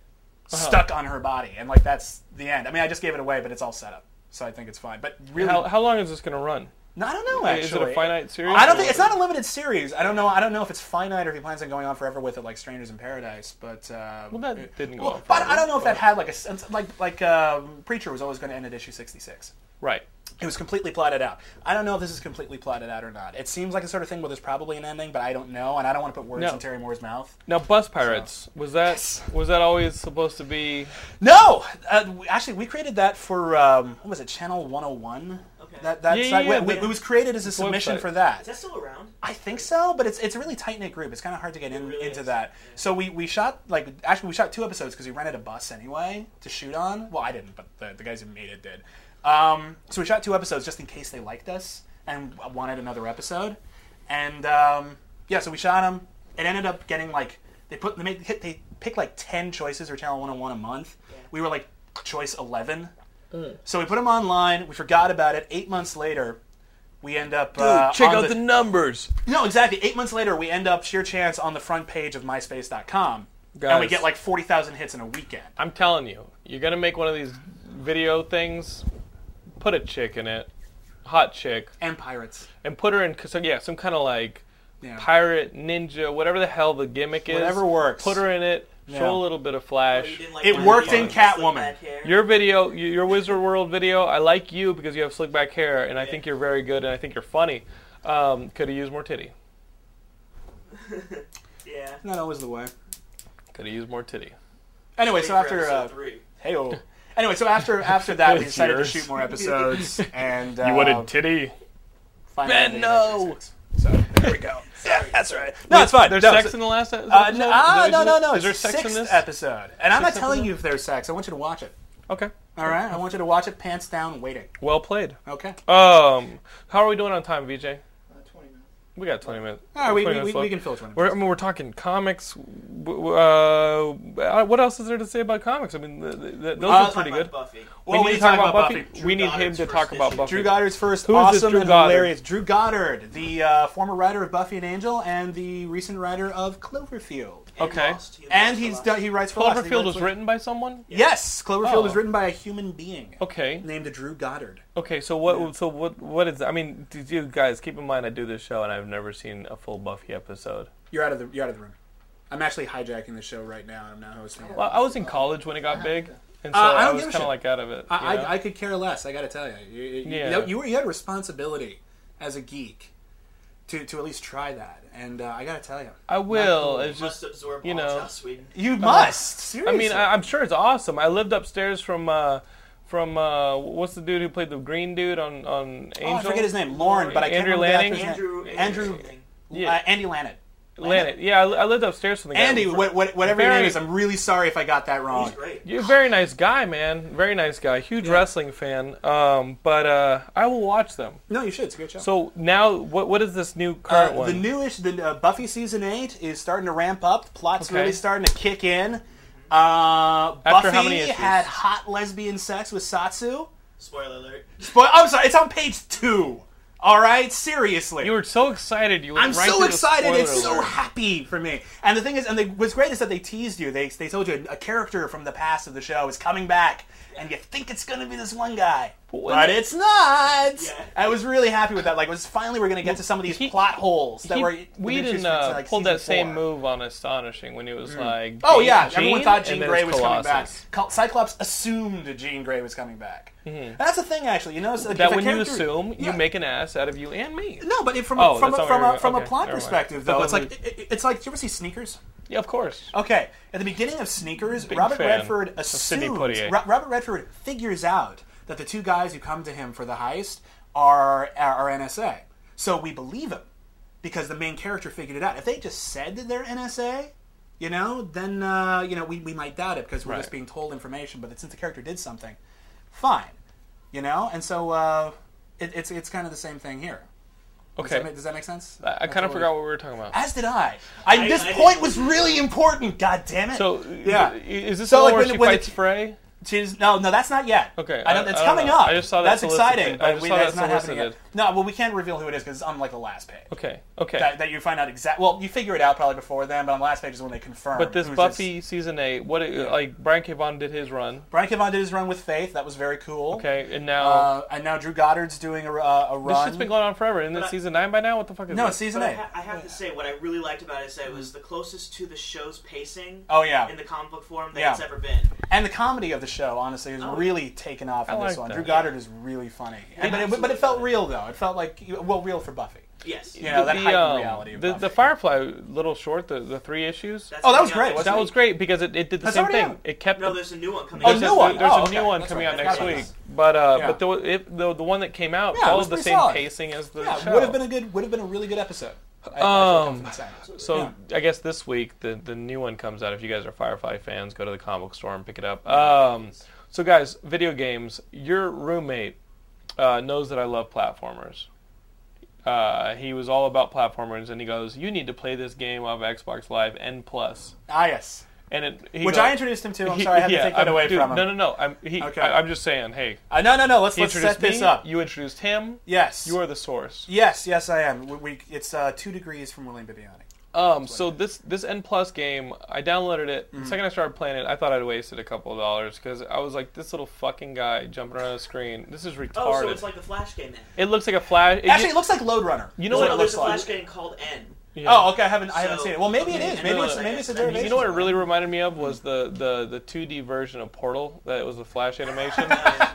S1: Uh-huh.
S3: stuck on her body, and like that's the end. I mean, I just gave it away, but it's all set up, so I think it's fine. But really,
S1: how, how long is this going to run?
S3: No, I don't know.
S1: Wait, is it a
S3: Actually,
S1: finite series?
S3: I don't think
S1: or-
S3: it's not a limited series. I don't know. I don't know if it's finite or if he plans on going on forever with it, like Strangers in Paradise. But um,
S1: Well, that didn't go
S3: well,
S1: on
S3: But
S1: forever,
S3: I don't know if that
S1: but-
S3: had like a sense, like like um, Preacher was always going to end at issue sixty six.
S1: Right.
S3: It was completely plotted out. I don't know if this is completely plotted out or not. It seems like a sort of thing where there's probably an ending, but I don't know, and I don't want to put words
S1: No.
S3: in Terry Moore's mouth.
S1: Now, Bus Pirates was that
S3: Yes.
S1: was that always supposed to be?
S3: No, uh, we- actually, we created that for um, what was it, Channel 101?
S2: Okay.
S3: That that
S1: Yeah, yeah,
S3: site-
S1: yeah,
S3: we-
S1: the-
S3: it was created as a submission
S1: website.
S3: for
S2: Is
S3: that.
S2: that still around?
S3: I think so, but it's it's a really tight knit group. It's kind of hard to get in,
S2: really
S3: into
S2: is.
S3: that. So we, we shot like actually we shot two episodes because we rented a bus anyway to shoot on. Well, I didn't, but the, the guys who made it did. Um, so we shot two episodes just in case they liked us and wanted another episode. And um, yeah, so we shot them. It ended up getting like they put they made hit they picked like ten choices or Channel One Hundred One a month.
S2: Yeah. Mm.
S3: We were like choice eleven. So we put them online. We forgot about it. Eight months later, we end up uh, on the,
S1: numbers.
S3: no, exactly. Eight months later, we end up sheer chance on the front page of MySpace.com, and we
S1: Guys.
S3: get like forty thousand hits in a weekend.
S1: I'm telling you, you're gonna make one of these video things. Put a chick in it, hot chick,
S3: And pirates,
S1: and put her in. So yeah, some kind of like
S3: yeah.
S1: pirate ninja, whatever the hell the gimmick is.
S3: Whatever works.
S1: Put her in it.
S3: Yeah.
S1: Show a little bit of
S2: Oh,
S1: flash.
S2: you didn't like
S3: It
S2: that
S3: worked
S2: one?
S1: in
S2: Slick back
S3: Catwoman.
S2: hair?
S1: Your video, y- your Wizard World video, I like you because you have slick back hair, and I
S2: Yeah.
S1: think you're very good, and I think you're funny. Um, could have used more titty.
S2: yeah.
S3: Not always the way.
S1: Could have used more titty.
S3: Anyway,
S2: Wait
S3: so
S2: for
S3: after
S2: episode
S3: uh,
S2: three.
S3: hey Anyway, so after after that, we
S1: It's
S3: decided
S1: yours.
S3: to shoot more episodes, and uh,
S1: titty?
S3: finally
S1: Ben,
S3: made it
S1: no.
S3: episode six. So there we go. yeah, that's right. No, it's fine.
S1: There's
S3: no,
S1: sex
S3: so-
S1: in the last episode?
S3: uh,
S1: Is
S3: no,
S1: that
S3: ah,
S1: what
S3: no,
S1: you-
S3: no, no.
S1: Is there sex in
S3: sixth
S1: this?
S3: episode, and I'm not
S1: Sixth
S3: telling
S1: episode?
S3: you if there's sex. I want you to watch it.
S1: Okay.
S3: All right, I want you to watch it, pants down, waiting.
S1: Well played.
S3: Okay.
S1: Um, how are we doing on time, VJ?
S4: Uh, 20 minutes.
S1: We got 20 minutes.
S3: All right, we,
S1: 20
S3: we, we,
S1: minutes
S3: we
S1: left.
S3: can filter.
S1: We're, I mean, we're talking comics. w- w- Uh, what else is there to say about comics? I mean, th th th those
S3: Uh,
S1: are pretty
S2: Talking about
S1: good.
S2: Buffy.
S3: Well,
S1: we need to talk about Buffy. We need him
S2: Goddard's
S1: to
S2: first
S1: talk about
S2: issue.
S1: Buffy.
S3: Drew Goddard's first
S1: Who is this
S3: awesome
S1: Drew
S3: and
S1: Goddard?
S3: hilarious Drew Goddard, the uh, former writer of Buffy and Angel, and the recent writer of Cloverfield.
S2: And
S1: Okay.
S2: Lost. He
S3: And
S2: lost a
S3: he's
S2: lot.
S3: done. He writes for Lost, and he
S1: Cloverfield
S3: writes
S1: was
S3: for-
S1: written by someone.
S3: Yes, Cloverfield
S1: Oh.
S3: was written by a human being
S1: Okay.
S3: named Drew Goddard.
S1: Okay. So what? So what? What is? I mean, did you guys keep in mind? I do this show, and I've never seen a full Buffy episode.
S3: You're out of the. You're out of the room. I'm actually hijacking the show right now. and I'm not hosting. it.
S1: Well, I was in college when it got big, and so
S3: Uh, I
S1: I,
S3: don't
S1: was
S3: give a
S1: kind of
S3: shit.
S1: like out of it.
S3: I,
S1: you know?
S3: I, I could care less. I got to tell you, you, you, you
S1: Yeah.
S3: know, you, were, you had a responsibility as a geek to, to at least try that, and uh, I got to tell you,
S1: I will.
S3: cool.
S1: It's
S2: Must
S1: just.
S2: absorb
S1: you
S2: all
S1: know.
S2: of Joss Whedon.
S3: you must.
S1: I
S3: Seriously,
S1: mean, I, I'm sure it's awesome. I lived upstairs from. Uh, from uh, what's the dude who played the green dude on on Angel?
S3: Oh, I forget his name, Lauren, but I can't
S1: Andrew
S3: remember the
S1: Lanning?
S3: actor's name.
S2: Andrew.
S3: Andrew-
S2: something.
S1: Yeah.
S3: uh, Andy Lannett.
S1: Lanet. Yeah, I, li- I lived upstairs from the guy.
S3: Andy, what, what, whatever your
S1: Very-
S3: name is, I'm really sorry if I got that wrong.
S2: He's great.
S1: You're a very nice guy, man. Very nice guy. Huge
S3: Yeah.
S1: wrestling fan. Um, but uh, I will watch them.
S3: No, you should. It's a good show.
S1: So now, what what is this new current
S3: uh,
S1: one?
S3: the newish, the uh, Buffy season eight is starting to ramp up. Plot's
S1: Okay.
S3: really starting to kick in. Uh, Buffy
S1: After how many issues?
S3: had hot lesbian sex with Satsu.
S2: Spoiler alert.
S3: But I'm sorry, it's on page two. All right, seriously.
S1: you were so excited. You went
S3: I'm
S1: right
S3: so
S1: to the
S3: excited.
S1: spoiler
S3: It's so
S1: alert.
S3: happy for me. And the thing is, and they, what's great is that they teased you. They, they told you a character from the past of the show is coming back, and you think it's going to be this one guy.
S1: when-
S3: But it's not.
S2: Yeah.
S3: I was really happy with that. Like, it was finally we're going to get to some of these
S1: He-
S3: plot holes that
S1: He-
S3: were.
S1: Whedon
S3: didn't
S1: uh, pulled that same move on Astonishing when he was like,
S3: Oh yeah,
S1: Jean,
S3: everyone thought
S1: and
S3: Jean
S1: then
S3: Grey
S1: it's
S3: was coming back.
S1: Colossus.
S3: Col- Cyclops assumed Jean Grey was coming back. That's the thing, actually. You know, so, like, if
S1: Mm-hmm. That
S3: a
S1: when you
S3: character-
S1: assume, you
S3: Yeah.
S1: make an ass out of you and me.
S3: No, but it, from
S1: Oh,
S3: a, from
S1: that's
S3: a,
S1: not
S3: from
S1: what
S3: a,
S1: you're-
S3: from
S1: okay,
S3: a plot
S1: never mind.
S3: perspective,
S1: That
S3: though, it's
S1: doesn't-
S3: like it, it- it's like. Do you ever see Sneakers?
S1: Yeah, of course.
S3: Okay, at the beginning of Sneakers,
S1: Big
S3: Robert
S1: fan
S3: Redford
S1: of Sidney
S3: assumes
S1: Poitier.
S3: Ro- Robert Redford figures out that the two guys who come to him for the heist are are NSA. So we believe him because the main character figured it out. If they just said that they're NSA, you know, then uh, you know we, we might doubt it because we're
S1: Right.
S3: just being told information. But since the character did something, fine, you know. And so uh, it, it's it's kind of the same thing here. Does,
S1: Okay.
S3: that, ma- does that make sense?
S1: I, I
S3: That's
S1: kind of
S3: what we-
S1: forgot what we were talking about.
S3: As did I. I,
S2: I-
S3: this
S2: I
S3: point
S2: didn't-
S3: was really important. God damn it!
S1: So
S3: Yeah.
S1: i- is this
S3: So,
S1: the one
S3: like,
S1: where
S3: when-
S1: she
S3: when
S1: fights
S3: it-
S1: Frey?
S3: She's, no, no, that's not yet.
S1: Okay,
S3: I don't,
S1: I-
S3: it's
S1: I don't
S3: coming
S1: know.
S3: up.
S1: I just saw that
S3: That's exciting,
S1: solicited. I
S3: but
S1: just
S3: we,
S1: saw
S3: that's
S1: that
S3: not happening yet.
S1: solicited.
S3: No, well, we can't reveal who it is because it's on like the last page.
S1: Okay. Okay.
S3: That, that you find out exact. Well, you figure it out probably before then, but on the last page is when they confirm.
S1: but this
S3: who's
S1: Buffy season eight, what it, like Brian K. Vaughan did his run.
S3: Brian K. Vaughan did his run with Faith. That was very cool.
S1: Okay, and now
S3: Uh, and now Drew Goddard's doing a, uh, a
S1: this
S3: run.
S1: shit's been going on forever. Isn't it
S2: But I-
S1: season nine by now? What the fuck is
S3: no,
S1: it?
S3: it's season
S2: But I,
S3: eight.
S2: ha- I have to say, what I really liked about it is that it was the closest to the show's pacing
S3: Oh yeah,
S2: in the comic book form that
S3: Yeah.
S2: it's ever been.
S3: and the comedy of the show honestly is
S2: Oh.
S3: really taken off in
S1: I
S3: this
S1: like
S3: one.
S1: that.
S3: Drew Goddard is really funny,
S2: Yeah,
S3: but, it, but
S2: absolutely.
S3: it felt real though. It felt like well, real for Buffy.
S2: Yes.
S3: Yeah. that heightened
S1: um,
S3: reality of
S1: the,
S3: Buffy.
S1: the Firefly little short, the, the three issues.
S2: That's
S3: Oh, that was
S2: coming
S3: great,
S2: out next
S1: that
S3: wasn't
S2: week.
S1: was great because it, it did the
S3: That's
S1: same
S3: already
S1: thing.
S3: out.
S1: It kept
S2: No,
S1: the,
S2: there's a new one coming.
S3: Oh,
S2: out
S1: there's
S3: new
S1: a-
S2: next
S3: one.
S2: week.
S1: There's
S3: Oh,
S1: a
S3: okay.
S1: new one
S3: That's
S1: coming
S3: right.
S1: out
S3: I
S1: next
S3: forgot about
S1: week,
S3: this.
S1: but uh,
S3: Yeah.
S1: but the, it, the the one that came out
S3: Yeah, it was
S1: followed the
S3: pretty
S1: same
S3: solid.
S1: pacing as the
S3: Yeah,
S1: show.
S3: would have been a good, would have been a really good episode. I- I feel
S1: Um,
S3: confident saying.
S1: So
S3: Yeah.
S1: I guess this week the the new one comes out. If you guys are Firefly fans, go to the comic book store and pick it up. Um, so guys, video games. Your roommate uh, knows that I love platformers. Uh, he was all about platformers, and he goes, "You need to play this game of Xbox Live and Plus."
S3: ah yes,
S1: And it, he
S3: which
S1: go-
S3: I introduced him to. I'm
S1: he-
S3: sorry, I had
S1: yeah,
S3: to take that
S1: I'm-
S3: away
S1: dude,
S3: from him.
S1: No, no, no. I'm he,
S3: Okay.
S1: I, am just saying. Hey,
S3: Uh, no, no, no. Let's
S1: he
S3: let's
S1: introduced
S3: set this
S1: me,
S3: up.
S1: You introduced him.
S3: yes,
S1: You are the source.
S3: yes, yes. I am. We, we it's uh, two degrees from William Bibiani.
S1: Um, so this this N plus game, I downloaded it. The second I started playing it, I thought I'd wasted a couple of dollars because I was like, this little fucking guy jumping around the screen. This is retarded.
S2: Oh, so it's like the Flash game then.
S1: it looks like a flash. It,
S3: Actually, it looks like Load Runner.
S1: you know
S2: No,
S1: what
S2: no,
S1: it
S2: there's
S1: looks
S2: a
S1: like.
S2: Flash game called N.
S1: Yeah.
S3: Oh, okay. I haven't I haven't
S2: So-
S3: seen it. Well, maybe it
S2: okay,
S3: is.
S2: and
S3: Maybe
S1: then
S3: it's
S1: like-
S3: maybe it's a
S2: and you
S3: derivation.
S1: Oh, You know what it really reminded me of was the, the, the 2D version of Portal that was the Flash animation.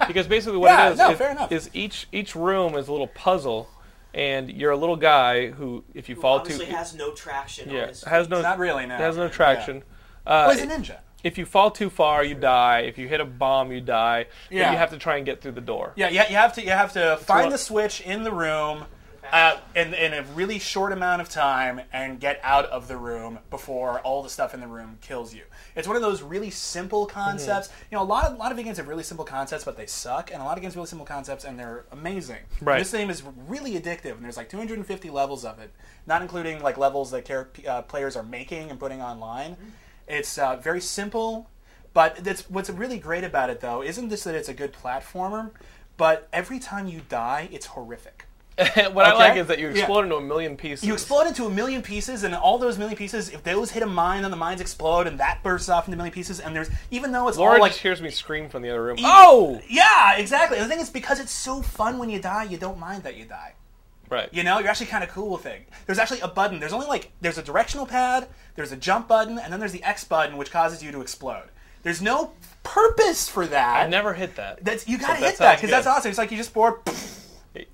S1: because basically what
S3: Yeah,
S1: it is
S3: no,
S1: is,
S3: fair enough.
S1: is each each room is a little puzzle, and you're a little guy who if you
S2: Who
S1: fall
S2: obviously
S1: too
S2: has no traction. on
S1: yeah
S2: his
S1: has
S2: feet.
S1: no
S3: Not really. No.
S1: has no traction. Uh,
S3: Oh, he's a ninja.
S1: if you fall too far, you die. If you hit a bomb, you die. Yeah.
S3: Yeah.
S1: you have to try and get through the door.
S3: Yeah. You, you have to you have to find
S1: what-
S3: the switch in the room. Uh, in, in a really short amount of time and get out of the room before all the stuff in the room kills you. It's one of those really simple concepts. You know, a lot of a lot of video games have really simple concepts, but they suck, and a lot of games have really simple concepts and they're amazing.
S1: Right.
S3: This game is really addictive, and there's like 250 levels of it, not including like levels that char- uh, players are making and putting online. It's uh, very simple, but that's what's really great about it though isn't this that it's a good platformer, but every time you die, it's horrific.
S1: what I
S3: Okay.
S1: like is that you
S3: Yeah.
S1: explode into a million pieces.
S3: You explode into a million pieces, and all those million pieces, if those hit a mine, then the mines explode, and that bursts off into a million pieces. And there's even though it's
S1: Laura
S3: all like,
S1: just hears me scream from the other room.
S3: E-
S1: Oh,
S3: yeah, exactly. And the thing is, because it's so fun when you die, you don't mind that you die.
S1: right.
S3: You know, you're actually kind of cool with it. There's actually a button. There's only like there's a directional pad, there's a jump button, and then there's the X button, which causes you to explode. There's no purpose for that.
S1: I never hit that.
S3: That's you gotta
S1: that
S3: hit that
S1: sounds
S3: because that's
S1: good.
S3: awesome. It's like you just bored.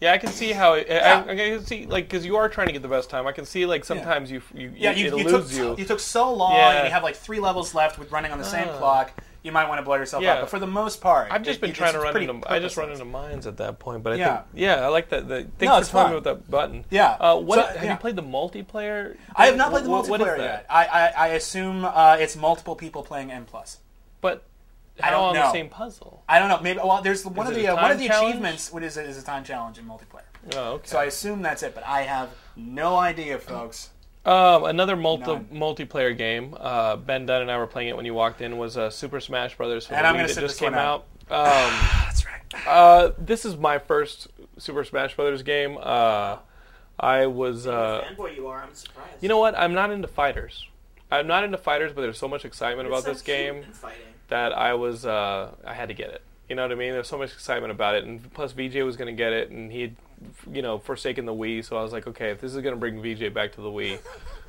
S1: Yeah, I can see how. It,
S3: Yeah.
S1: I, I can see like because you are trying to get the best time. I can see like sometimes you you
S3: Yeah,
S1: it
S3: you, you took
S1: eludes
S3: so-
S1: you.
S3: took so long,
S1: Yeah.
S3: and you have like three levels left with running on the same
S1: Ah.
S3: clock. You might want to blow yourself
S1: Yeah.
S3: up, but for the most part,
S1: I've just
S3: it-
S1: been
S3: it-
S1: trying
S3: it's
S1: to run
S3: pretty
S1: into. I just run
S3: purposeless.
S1: into mines at that point, but I
S3: Yeah.
S1: think yeah, I like that. The, thanks
S3: No, it's
S1: for telling
S3: fun.
S1: me about that button.
S3: Yeah.
S1: Uh, what
S3: So,
S1: have
S3: yeah.
S1: you played the multiplayer?
S3: I have not played the
S1: What-
S3: multiplayer
S1: what is that?
S3: yet. I, I, I assume uh, it's multiple people playing N plus.
S1: But
S3: I
S1: how
S3: don't
S1: on
S3: know.
S1: the same puzzle?
S3: I don't know. Maybe well, there's one
S1: Is
S3: of
S1: it
S3: the
S1: a
S3: uh, one of
S1: time
S3: the
S1: challenge?
S3: achievements. What is it? Is a time challenge in multiplayer.
S1: Oh, okay.
S3: So I assume that's it, but I have no idea, folks.
S1: Um, another multi-
S3: None.
S1: multiplayer game. Uh, ben Dunn and I were playing it when you walked in. Was uh, Super Smash Brothers for
S3: And
S1: the
S3: I'm
S1: Wii
S3: gonna
S1: that
S3: sit
S1: just
S3: this one
S1: came
S3: out.
S1: out. Um,
S3: That's right.
S1: uh, this is my first Super Smash Brothers game. Uh, I was.
S2: What
S1: Uh,
S2: a fanboy you are, I'm surprised.
S1: you know what? I'm not into fighters. I'm not into fighters, but there's so much excitement
S2: It's
S1: about
S2: so
S1: this
S2: cute
S1: game
S2: and Fighting.
S1: that I was. Uh, I had to get it. You know what I mean? There's so much excitement about it, and plus VJ was going to get it, and he had, you know, forsaken the Wii. So I was like, okay, if this is going to bring VJ back to the Wii,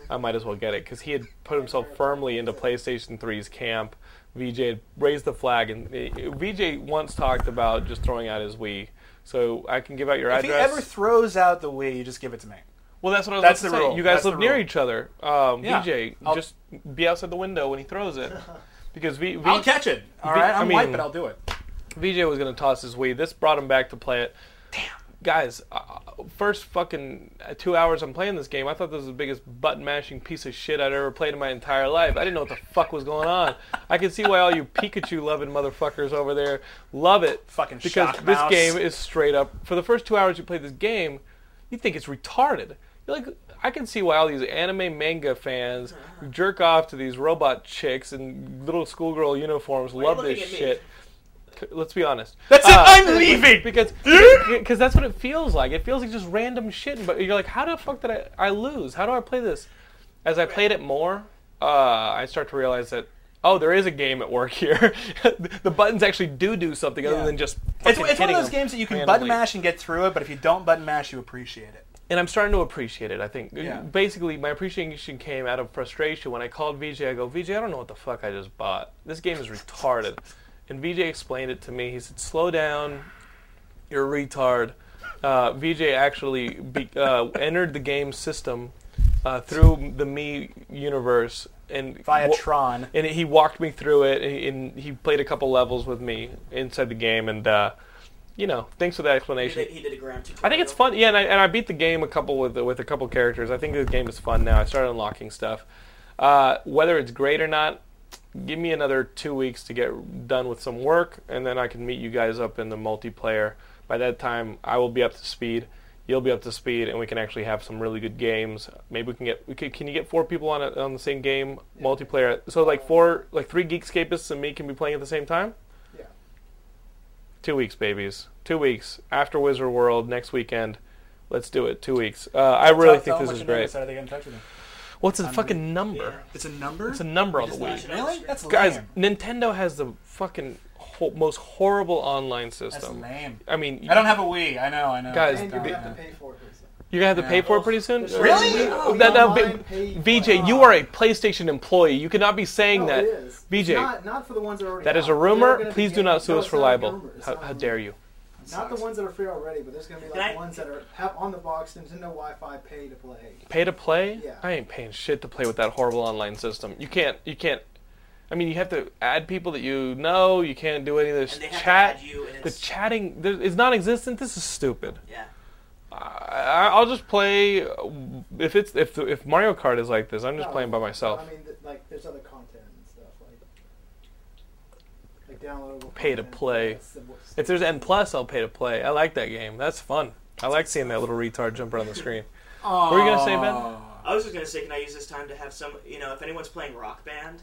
S1: I might as well get it because he had put himself firmly into PlayStation 3's camp. VJ had raised the flag, and eh, VJ once talked about just throwing out his Wii. So I can give out your
S3: If he
S1: address.
S3: ever throws out the Wii, you just give it to me.
S1: well, that's what I was
S3: That's
S1: about to
S3: the
S1: say.
S3: rule.
S1: You guys
S3: That's
S1: live
S3: the
S1: near
S3: rule.
S1: each other. Um,
S3: Yeah.
S1: VJ,
S3: I'll-
S1: just be outside the window when he throws it, because V. v
S3: I'll catch it. All
S1: V-
S3: right,
S1: I
S3: I'm
S1: mean-
S3: white, but I'll do it.
S1: VJ was gonna toss his Wii. This brought him back to play it. Damn, guys! Uh, first fucking two hours I'm playing this game, I thought this was the biggest button mashing piece of shit I'd ever played in my entire life. I didn't know what the fuck was going on. I can see why all you Pikachu loving motherfuckers over there love it.
S3: Fucking
S1: because
S3: shock
S1: this
S3: mouse.
S1: game is straight up. For the first two hours you play this game, you think it's retarded. You're like, I can see why all these anime manga fans
S2: Uh-huh.
S1: jerk off to these robot chicks in little schoolgirl uniforms.
S2: are you
S1: love this
S2: looking at me?
S1: shit. C- Let's be honest.
S3: That's it, I'm
S1: be-
S3: leaving!
S1: because because that's what it feels like. It feels like just random shit. But you're like, how the fuck did I, I lose? How do I play this? As I played it more, uh, I start to realize that oh, there is a game at work here. the buttons actually do do something other
S3: Yeah.
S1: than just.
S3: It's,
S1: fucking
S3: it's one of
S1: hitting
S3: those
S1: them
S3: games that you can button
S1: randomly.
S3: mash and get through it, but if you don't button mash, you appreciate it.
S1: and I'm starting to appreciate it. I think
S3: Yeah.
S1: basically my appreciation came out of frustration when I called VJ. I go, VJ, I don't know what the fuck I just bought. This game is retarded. And VJ explained it to me. He said, slow down. You're a retard. Uh, VJ actually be, uh, entered the game system uh, through the me universe and
S3: Via
S1: wa-
S3: Tron.
S1: and he walked me through it, and he, and he played a couple levels with me inside the game, and uh, you know, thanks for that
S2: He
S1: explanation.
S2: did, he did a ground tutorial.
S1: I think it's fun. Yeah, and I, and I beat the game a couple with with a couple characters. I think the game is fun now. I started unlocking stuff. Uh, whether it's great or not, give me another two weeks to get done with some work, and then I can meet you guys up in the multiplayer. By that time, I will be up to speed. You'll be up to speed, and we can actually have some really good games. Maybe we can get. We could, can you get four people on a, on the same game multiplayer? So like four, like three Geekscapists and me can be playing at the same time.
S4: Yeah.
S1: Two weeks, babies. Two weeks after Wizard World next weekend. Let's do it. Two weeks. Uh, I really think this is great.
S3: How do they get in touch with you?
S1: What's the
S3: I'm-
S1: fucking number?
S3: It's a number.
S1: It's a number on the
S3: Just
S1: week.
S2: watch it.
S3: Really? That's
S1: Guys,
S3: lame.
S1: Nintendo has the fucking ho- most horrible online
S3: That's
S1: system.
S3: lame.
S1: I mean,
S3: I don't have a Wii. I know. I know.
S1: Guys,
S4: And
S3: I
S4: you're
S3: don't,
S4: gonna
S1: the-
S4: have
S3: yeah.
S4: to pay for it. so.
S1: you're gonna have to pay
S3: Yeah.
S1: for it pretty soon.
S4: There's
S3: Really?
S4: no-
S3: Oh,
S4: we
S1: That- that-
S4: online pay for
S1: VJ,
S4: it.
S1: you are a PlayStation employee. You cannot be saying
S4: No,
S1: that.
S4: it is.
S1: VJ,
S4: Not, not for the ones that are already
S1: that is
S4: out.
S1: a
S4: They're
S1: rumor.
S4: gonna be
S1: Please do
S4: getting-
S1: not sue
S4: no,
S1: us
S4: it's
S1: for
S4: not a
S1: libel.
S4: rumor. It's
S1: How,
S4: not a
S1: how
S4: rumor.
S1: dare you?
S4: Not the ones that are free already, but there's gonna be like
S2: Can I-
S4: ones that are have on the box Nintendo Wi-Fi pay to play.
S1: Pay to play?
S4: Yeah.
S1: I ain't paying shit to play with that horrible online system. You can't. You can't. I mean, you have to add people that you know. You can't do any of this
S2: And they have
S1: chat.
S2: to add you, and
S1: The
S2: it's
S1: chatting there- is non-existent. This is stupid.
S2: yeah.
S1: I, I'll just play uh, if it's if the, if Mario Kart is like this. I'm just
S4: No,
S1: playing by myself.
S4: I mean, th- like there's other content and stuff like like downloadable.
S1: Pay to
S4: content,
S1: play.
S4: that's the-
S1: If there's N plus, I'll pay to play. I like that game. That's fun. I like seeing that little retard jump around the screen.
S3: What
S1: were you gonna say, Ben?
S3: Oh.
S2: I was just gonna say, can I use this time to have some? You know, if anyone's playing Rock Band,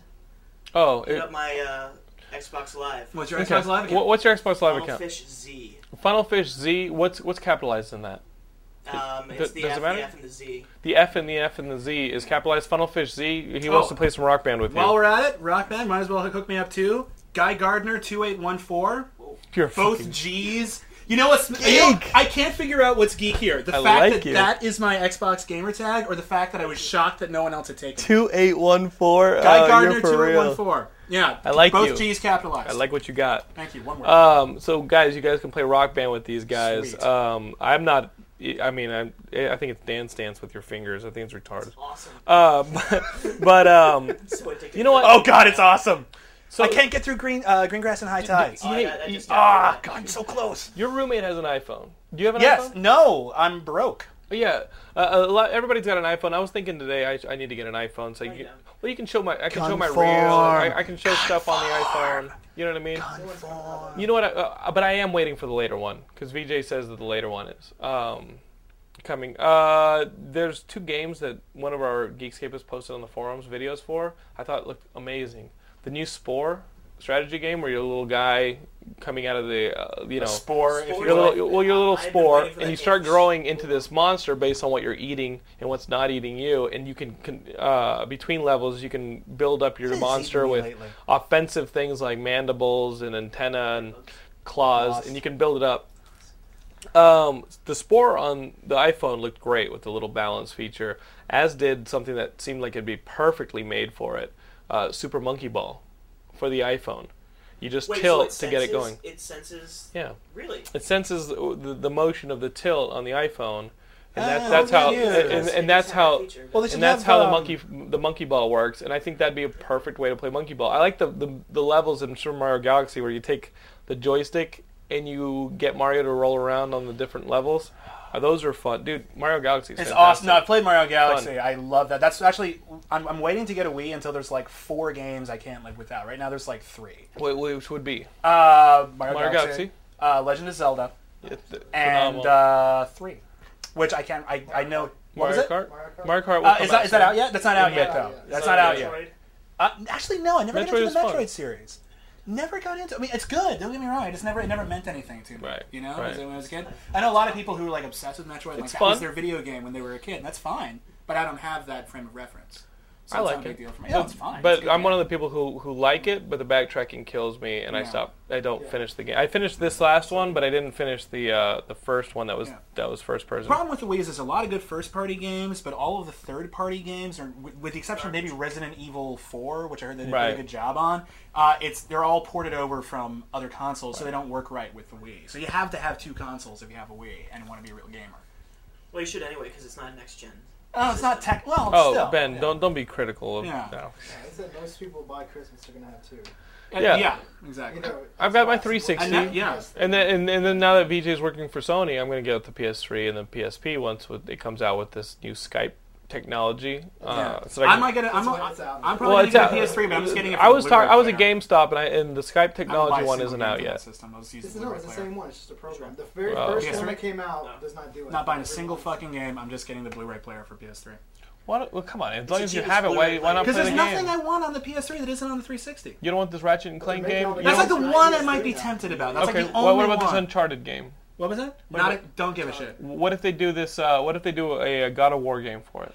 S1: Oh,
S2: hit
S1: it-
S2: up my uh, Xbox Live.
S3: What's your
S1: okay.
S3: Xbox Live
S1: Wha-
S3: account?
S1: what's your Xbox Live
S2: Funnel
S1: account?
S2: Fish Z.
S1: Funnel Fish Z. What's what's capitalized in that?
S2: Um,
S1: Th-
S2: it's the
S1: does it
S2: F,
S1: matter?
S2: the F, and the Z.
S1: The F and the F and the Z is capitalized. Funnelfish Z. He wants
S3: Oh.
S1: to play some rock band with
S3: While
S1: you.
S3: we're at it, Rock Band might as well hook me up too. Guy Gardner two eight one four.
S1: You're
S3: Both
S1: fucking-
S3: G's. You know what's you know,
S1: Geek.
S3: I can't figure out what's geek here. The
S1: I
S3: fact
S1: like
S3: that
S1: you.
S3: that is my Xbox gamer tag, or the fact that I was shocked that no one else had taken. it.
S1: two eight one four.
S3: Guy
S1: Oh,
S3: Gardner
S1: you're for
S3: two eight one
S1: real.
S3: four. Yeah,
S1: I like
S3: both
S1: you.
S3: G's capitalized.
S1: I like what you got.
S3: Thank you. One word.
S1: Um, so guys, you guys can play rock band with these guys.
S3: Sweet.
S1: Um, I'm not. I mean, I'm, I think it's dance dance with your fingers. I think it's retarded.
S2: Awesome.
S1: Uh, but, but um,
S2: So addicted.
S1: you know what?
S3: oh God, it's awesome.
S1: So
S3: I can't get through green uh, green grass and high tides.
S2: Oh, I got- I
S1: you-
S2: just downloaded
S3: Ah,
S2: that.
S3: God, I'm so close.
S1: your roommate has an iPhone. Do you have an
S3: Yes.
S1: iPhone?
S3: No, I'm broke.
S1: Yeah. Uh, a lot, everybody's got an iPhone. I was thinking today I, I need to get an iPhone. So you
S2: you
S1: can,
S2: don't.
S1: well, you can show my I can show my
S3: Conform.
S1: reel. I, I can show stuff on the iPhone. You know what I mean?
S4: Someone's got another-
S1: You know what? I, uh, but I am waiting for the later one because VJ says that the later one is um, coming. Uh, there's two games that one of our Geekscapists posted on the forums videos for. I thought looked amazing. The new Spore strategy game where you're a little guy coming out of the uh, you know
S3: Spore. If
S2: Spore.
S3: you
S1: You're a
S3: like.
S1: little, well, you're a little
S2: I've been
S1: spore,
S2: waiting for
S1: and
S2: that
S1: you start
S2: game.
S1: growing into this monster based on what you're eating and what's not eating you. And you can, can uh, between levels, you can build up your
S3: This is
S1: monster
S3: eating me
S1: with
S3: lately.
S1: offensive things like mandibles and antenna and claws,
S3: Claws.
S1: and you can build it up. Um, the spore on the iPhone looked great with the little balance feature, as did something that seemed like it'd be perfectly made for it, uh, Super Monkey Ball, for the iPhone. You just
S2: Wait, so
S1: tilt
S2: it
S1: to get it
S2: senses-
S1: going.
S2: It senses.
S1: Yeah.
S2: Really?
S1: It senses the, the, the motion of the tilt on the iPhone, and that's
S3: Oh,
S1: that's how
S3: yeah.
S1: and, and, and that's how
S3: Well,
S2: Well,
S3: they should
S1: and that's
S3: have,
S1: how the
S3: um,
S1: monkey the monkey ball works. And I think that'd be a perfect way to play monkey ball. I like the the, the levels in Super Mario Galaxy where you take the joystick and you get Mario to roll around on the different levels. Uh, those are fun, dude. Mario Galaxy is
S3: It's
S1: fantastic.
S3: awesome. No, I played Mario Galaxy. I love that. That's actually. I'm, I'm waiting to get a Wii until there's like four games I can't live without. Right now, there's like three.
S1: Wh- Which would be
S3: Uh, Mario,
S1: Mario
S3: Galaxy,
S1: Galaxy.
S3: Uh, Legend of Zelda,
S1: It's
S3: and
S1: phenomenal.
S3: uh, three, which I can't. I, I know. What was
S1: Mario
S3: it?
S1: Kart.
S4: Mario Kart?
S1: Mario Kart. will
S3: Uh,
S1: come
S3: is that is that
S1: soon.
S3: out yet? That's not out
S1: Metroid.
S3: yet though.
S4: Is
S3: That's
S2: that
S3: not out
S1: Metroid?
S3: yet. Uh, actually, no. I never
S1: Metroid
S3: got into
S1: is
S3: the
S1: fun.
S3: Metroid series. never got into. I mean, it's good. Don't get me wrong. I just never it never meant anything to me.
S1: Right,
S3: You know,
S1: right.
S3: as when I was a kid. I know a lot of people who were like obsessed with Metroid. like
S1: It's
S3: that was
S1: fun.
S3: their video game when they were a kid. and That's fine. But I don't have that frame of reference. So
S1: I
S3: it's
S1: like
S3: not a big
S1: it.
S3: deal for me.
S1: Yeah,
S3: No, it's fine. It's
S1: But
S3: good
S1: I'm
S3: game.
S1: one of the people who, who like it, but the backtracking kills me, and I
S3: Yeah.
S1: stop. I don't
S4: Yeah.
S1: finish the game. I finished this last one, but I didn't finish the uh, the first one that was
S3: Yeah.
S1: that was first person.
S3: The problem with the Wii is there's a lot of good first party games, but all of the third party games, are, with, with the exception of maybe Resident Evil 4, which I heard they did a
S1: Right.
S3: really good job on, uh, it's they're all ported over from other consoles, so they don't work right with the Wii. So you have to have two consoles if you have a Wii and want to be a real gamer.
S2: Well, you should anyway because it's not next gen.
S3: Oh, it's not tech. Well,
S1: Oh,
S3: still,
S1: Ben,
S3: yeah.
S1: don't don't be critical of
S3: Yeah.
S1: no.
S4: Yeah, I said most people buy Christmas are gonna have two.
S3: Uh,
S1: yeah.
S3: yeah. exactly.
S4: Either
S1: I've got my
S4: Xbox One-
S1: 360.
S3: And that- yeah.
S1: And then and, and then now that VJ's working for Sony, I'm going to get the PS3 and the PSP once with, it comes out with this new Skype technology. Uh,
S3: Yeah.
S1: so that I
S3: I might get it. I'm,
S4: It's
S3: I'm,
S4: when it's out.
S3: I'm probably
S1: Well,
S3: going
S1: it's
S3: to get
S1: out.
S3: a PS3, but I'm just getting it.
S1: I
S3: for
S1: was
S3: the
S1: talking. I was
S3: Blu-ray
S1: at
S3: player.
S1: GameStop, and I and the Skype
S3: I don't buy
S1: technology one
S3: single
S1: isn't
S3: game
S1: out
S3: for that
S1: yet.
S3: System. I'll just use
S4: It's,
S3: the
S4: no,
S3: Blu-ray
S4: it's the
S3: player.
S4: same one. It's just a program. The very
S1: Wow.
S4: first
S3: Yes,
S4: one
S3: right.
S4: that came out
S2: No.
S4: does not do it.
S3: Not buying a
S4: Every
S3: single
S4: one.
S3: fucking game. I'm just getting the Blu-ray player for PS3.
S1: Why, well, come on, as
S2: a
S1: long as you
S2: genius
S1: have it, why,
S2: Blu-ray
S1: why not play
S2: player.
S3: Because
S1: the
S3: there's
S1: game?
S3: nothing I want on the PS3 that isn't on the 360.
S1: You don't want this Ratchet and Clank
S4: make
S1: game.
S4: all the
S1: You don't-
S3: That's like the
S4: Yeah.
S3: one I might be
S4: Yeah.
S3: tempted about. That's
S1: okay.
S3: like the only
S1: well, what about
S3: one.
S1: this Uncharted game?
S3: What was that?
S1: What
S3: Not
S1: about-
S3: a, don't give a shit.
S1: What if they do this? Uh, what if they do a, uh God of War game for it?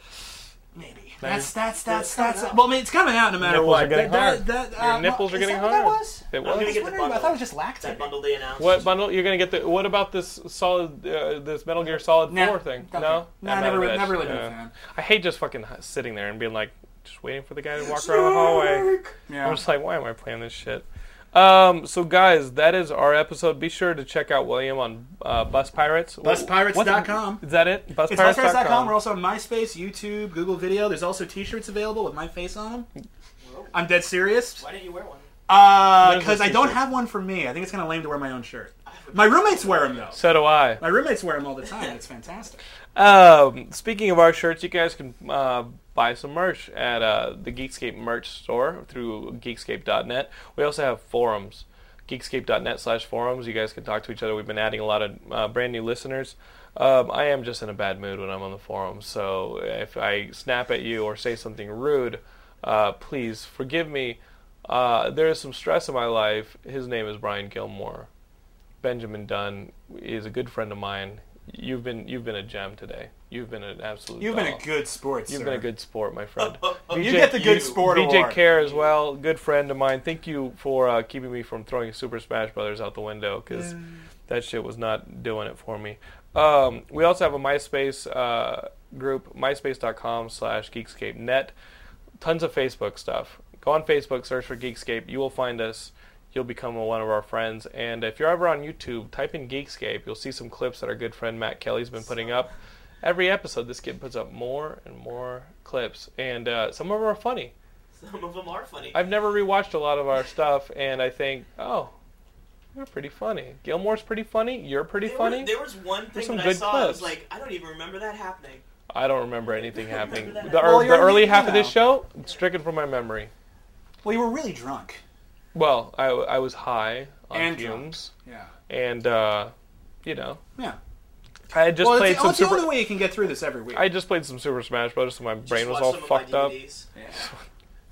S3: Maybe. That's that's
S4: Well,
S3: that's
S4: it's coming
S3: that's.
S4: out.
S3: Well, I mean, it's coming out no matter
S1: Nipples
S3: what.
S1: are getting
S3: That-
S1: hard.
S3: that- that,
S1: Your
S3: uh,
S1: nipples
S3: well,
S1: are getting
S3: is that what
S1: hard.
S3: That
S1: It
S3: was.
S1: was.
S3: I
S2: gonna get
S3: was
S2: the
S3: wondering about- I
S2: bundle.
S3: thought it was just
S2: That
S3: lactate.
S2: bundle they announced.
S1: What bundle? You're gonna get the. What about this solid? Uh, this Metal Gear Solid
S3: Nah,
S1: Four thing?
S3: don't
S1: No,
S3: care. Nah,
S1: I'm
S3: never
S1: out of
S3: re-
S1: that
S3: never
S1: shit.
S3: really been a
S1: Yeah.
S3: fan.
S1: I hate just fucking h- sitting there and being like, just waiting for the guy to walk around the hallway. I'm
S3: Yeah.
S1: just like, why am I playing this shit? Um, so guys, that is our episode. Be sure to check out William on uh, Bus Pirates.
S3: BusPirates.com.
S1: What's- Is that it?
S3: It's buzzfest.com. We're also on MySpace, YouTube, Google Video. There's also T-shirts available with my face on them.
S4: Whoa.
S3: I'm dead serious.
S2: Why didn't you wear one?
S1: There's
S3: Because
S1: a
S3: Uh, I don't
S1: T-shirt.
S3: have one for me. I think it's kind of lame to wear my own shirt. My roommates wear them though.
S1: So do I.
S3: My roommates wear them all the time. It's fantastic.
S1: Um, speaking of our shirts, you guys can uh, buy some merch at uh, the Geekscape merch store through geekscape.net. We also have forums, geekscape.net slash forums. You guys can talk to each other. We've been adding a lot of uh, brand new listeners. Um, I am just in a bad mood when I'm on the forum, so if I snap at you or say something rude, uh, please forgive me. Uh, there is some stress in my life. His name is Brian Gilmore. Benjamin Dunn is a good friend of mine. You've been you've been a gem today. You've been an absolute.
S3: You've been a
S1: doll.
S3: good sport.
S1: Oh. You've
S3: sir.
S1: been a good sport, my friend.
S2: Oh,
S3: You get the good sport
S1: BJ
S3: award.
S1: Care as well, good friend of mine. Thank you for uh, keeping me from throwing Super Smash Brothers out the window because that shit was not doing it for me. Um, we also have a MySpace uh, group, myspace.com/slash geekscape.net. Tons of Facebook stuff. Go on Facebook, search for Geekscape. You will find us. You'll become one of our friends. And if you're ever on YouTube, type in Geekscape. You'll see some clips that our good friend Matt Kelly's been putting up. Every episode, this kid puts up more and more clips, and uh, some of them are funny.
S2: Some of them are funny.
S1: I've never rewatched a lot of our stuff, and I think, oh, you're pretty funny. Gilmore's pretty funny. You're pretty
S2: there
S1: funny.
S2: Were, there was one thing
S1: some
S2: that I
S1: good
S2: saw. I was
S1: clips.
S2: like, I don't even remember that happening.
S1: I don't remember anything happening.
S2: Remember that?
S1: The,
S3: Well,
S1: ear- the
S3: you're in the-
S1: early
S3: you
S1: half of this
S3: know.
S1: show, stricken from my memory.
S3: Well, you were really drunk.
S1: Well, I, I was high on
S3: And
S1: fumes,
S3: Yeah.
S1: and uh, you know,
S3: Yeah.
S1: I had just
S3: well,
S1: played
S3: it's,
S1: some
S3: it's the
S1: super.
S3: only way you can get through this every week.
S1: I had just played some Super Smash Brothers, so my brain was
S2: Just watch
S1: all
S2: some of my
S1: fucked up.
S2: DVDs.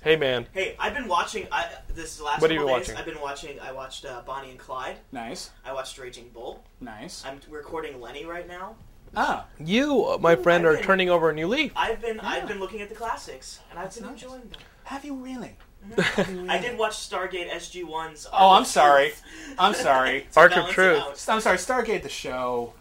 S1: Hey man,
S2: Hey, I've been watching. I, this last
S1: What are you
S2: couple days,
S1: watching?
S2: I've been watching. I watched uh, Bonnie and Clyde.
S3: nice.
S2: I watched Raging Bull.
S3: Nice.
S2: I'm recording Lenny right now.
S3: Ah.
S1: you, uh, my friend, are
S2: been-
S1: turning over a new leaf.
S2: I've been
S3: Yeah.
S2: I've been looking at the classics, and I've been
S3: nice.
S2: enjoying them.
S3: Have you really?
S2: I did watch Stargate SG One's. uh,
S3: Oh, I'm sorry. I'm sorry.
S1: Arc of Truth.
S3: I'm sorry. Stargate the show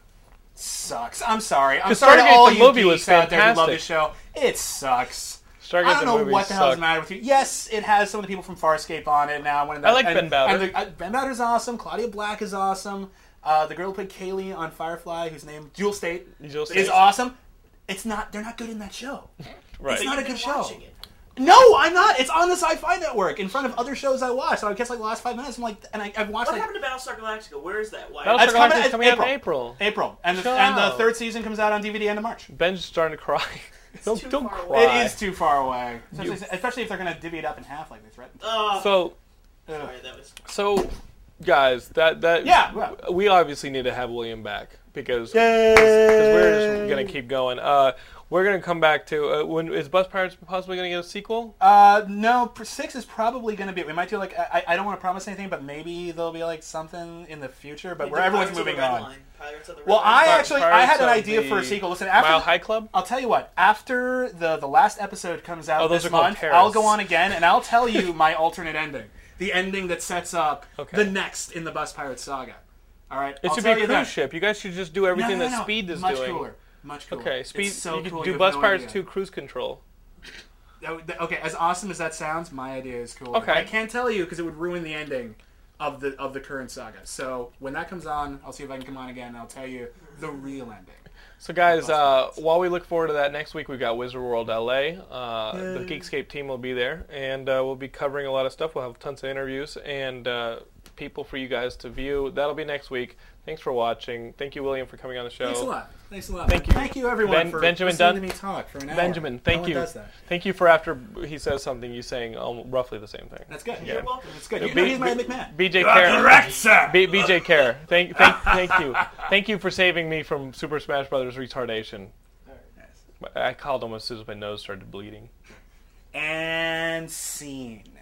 S3: sucks. I'm sorry. I'm
S1: 'Cause
S3: sorry
S1: Stargate
S3: to all
S1: the
S3: you
S1: movie was
S3: geeks out there who love
S1: fantastic.
S3: the show. It sucks.
S1: Stargate
S3: I don't
S1: the
S3: know
S1: movie
S3: what the hell's
S1: sucked.
S3: the matter with you. Yes, it has some of the people from Farscape on it now. One of the,
S1: I like
S3: and-
S1: Ben Bowder.
S3: and the- uh, ben Bowder's awesome. Claudia Black is awesome. Uh, the girl who played Kaylee on Firefly, whose name Jewel State
S1: You'll
S3: is
S1: see.
S3: awesome. It's not. They're not good in that show.
S1: Right.
S3: It's not a good show.
S2: Watching it.
S3: No, I'm not. It's on the Sci-Fi Network in front of other shows I watched. So I guess like the last five minutes, I'm like, and I, I've watched
S2: What
S3: like
S2: happened to Battlestar Galactica? Where is that? Why?
S1: Battlestar
S3: That's coming-
S1: Galactica's
S3: it's
S1: coming out in
S3: April.
S1: April.
S3: April, and the,
S1: Shut
S3: and the
S1: up.
S3: third season comes out on DVD end of March.
S1: Ben's starting to cry.
S2: too
S1: don't don't
S2: far
S1: cry.
S2: away.
S3: It is too far away, especially,
S1: You-
S3: especially if they're going to divvy it up in half like they threatened.
S2: Oh,
S1: So
S3: Ugh.
S2: sorry, that was.
S1: so, guys, that that
S3: Yeah, well.
S1: we obviously need to have William back because 'cause
S3: Yay!
S1: we're just gonna keep going. Uh, We're gonna come back to uh, when is Bus Pirates possibly gonna get a sequel?
S3: Uh, no, pr- six is probably going to be. We might do like I, I- I don't want to promise anything, but maybe there'll be like something in the future. But where everyone's
S2: Pirates of the
S3: moving
S2: Red
S3: on.
S2: Line. Pirates of the Red
S3: Well, I
S2: Line.
S3: actually I had an
S1: Pirates of
S3: idea for a
S1: the
S3: sequel. Listen, after
S1: Mile High Club.
S3: I'll tell you what. After the the last episode comes out
S1: Oh, those
S3: this
S1: are called
S3: month,
S1: Paris.
S3: I'll go on again and I'll tell you my alternate ending, the ending that sets up
S1: Okay.
S3: the next in the Bus Pirate Saga. All right,
S1: It
S3: I'll
S1: should
S3: tell
S1: be
S3: you
S1: a cruise
S3: then.
S1: ship. You guys should just do
S3: No,
S1: everything
S3: no,
S1: that
S3: no,
S1: Speed is
S3: much
S1: doing.
S3: Cooler. Much cooler.
S1: Okay, Speed.
S3: It's so
S1: you could
S3: cool,
S1: do
S3: have
S1: Bus
S3: no
S1: Pirates
S3: idea.
S1: Two Cruise Control.
S3: That would- that- Oh, Okay, as awesome as that sounds, my idea is cool.
S1: Okay.
S3: I can't tell you because it would ruin the ending of the of the current saga. So when that comes on, I'll see if I can come on again. and I'll tell you the real ending.
S1: So, guys, uh, while we look forward to that next week, we've got Wizard World LA. Uh, the Geekscape team will be there, and uh, we'll be covering a lot of stuff. We'll have tons of interviews and uh, people for you guys to view. That'll be next week. Thanks for watching. Thank you, William, for coming on the show.
S3: Thanks a lot. Thanks a lot.
S1: Thank you.
S3: Thank you, everyone,
S1: Ben-
S3: for
S1: Benjamin
S3: listening
S1: Dunn.
S3: to me talk for an hour.
S1: Benjamin,
S3: no
S1: thank
S3: one
S1: you.
S3: does that.
S1: Thank you for after he says something, you saying um, roughly the same thing.
S3: That's good.
S1: Yeah.
S3: You're welcome. It's good. You
S1: B-
S3: know, he's my
S1: B-
S3: McMahon.
S1: BJ Kerr.
S3: sir.
S1: B- BJ Kerr. Thank, thank, thank you. Thank you for saving me from Super Smash Brothers retardation. I called him as soon as my nose started bleeding.
S3: And scene.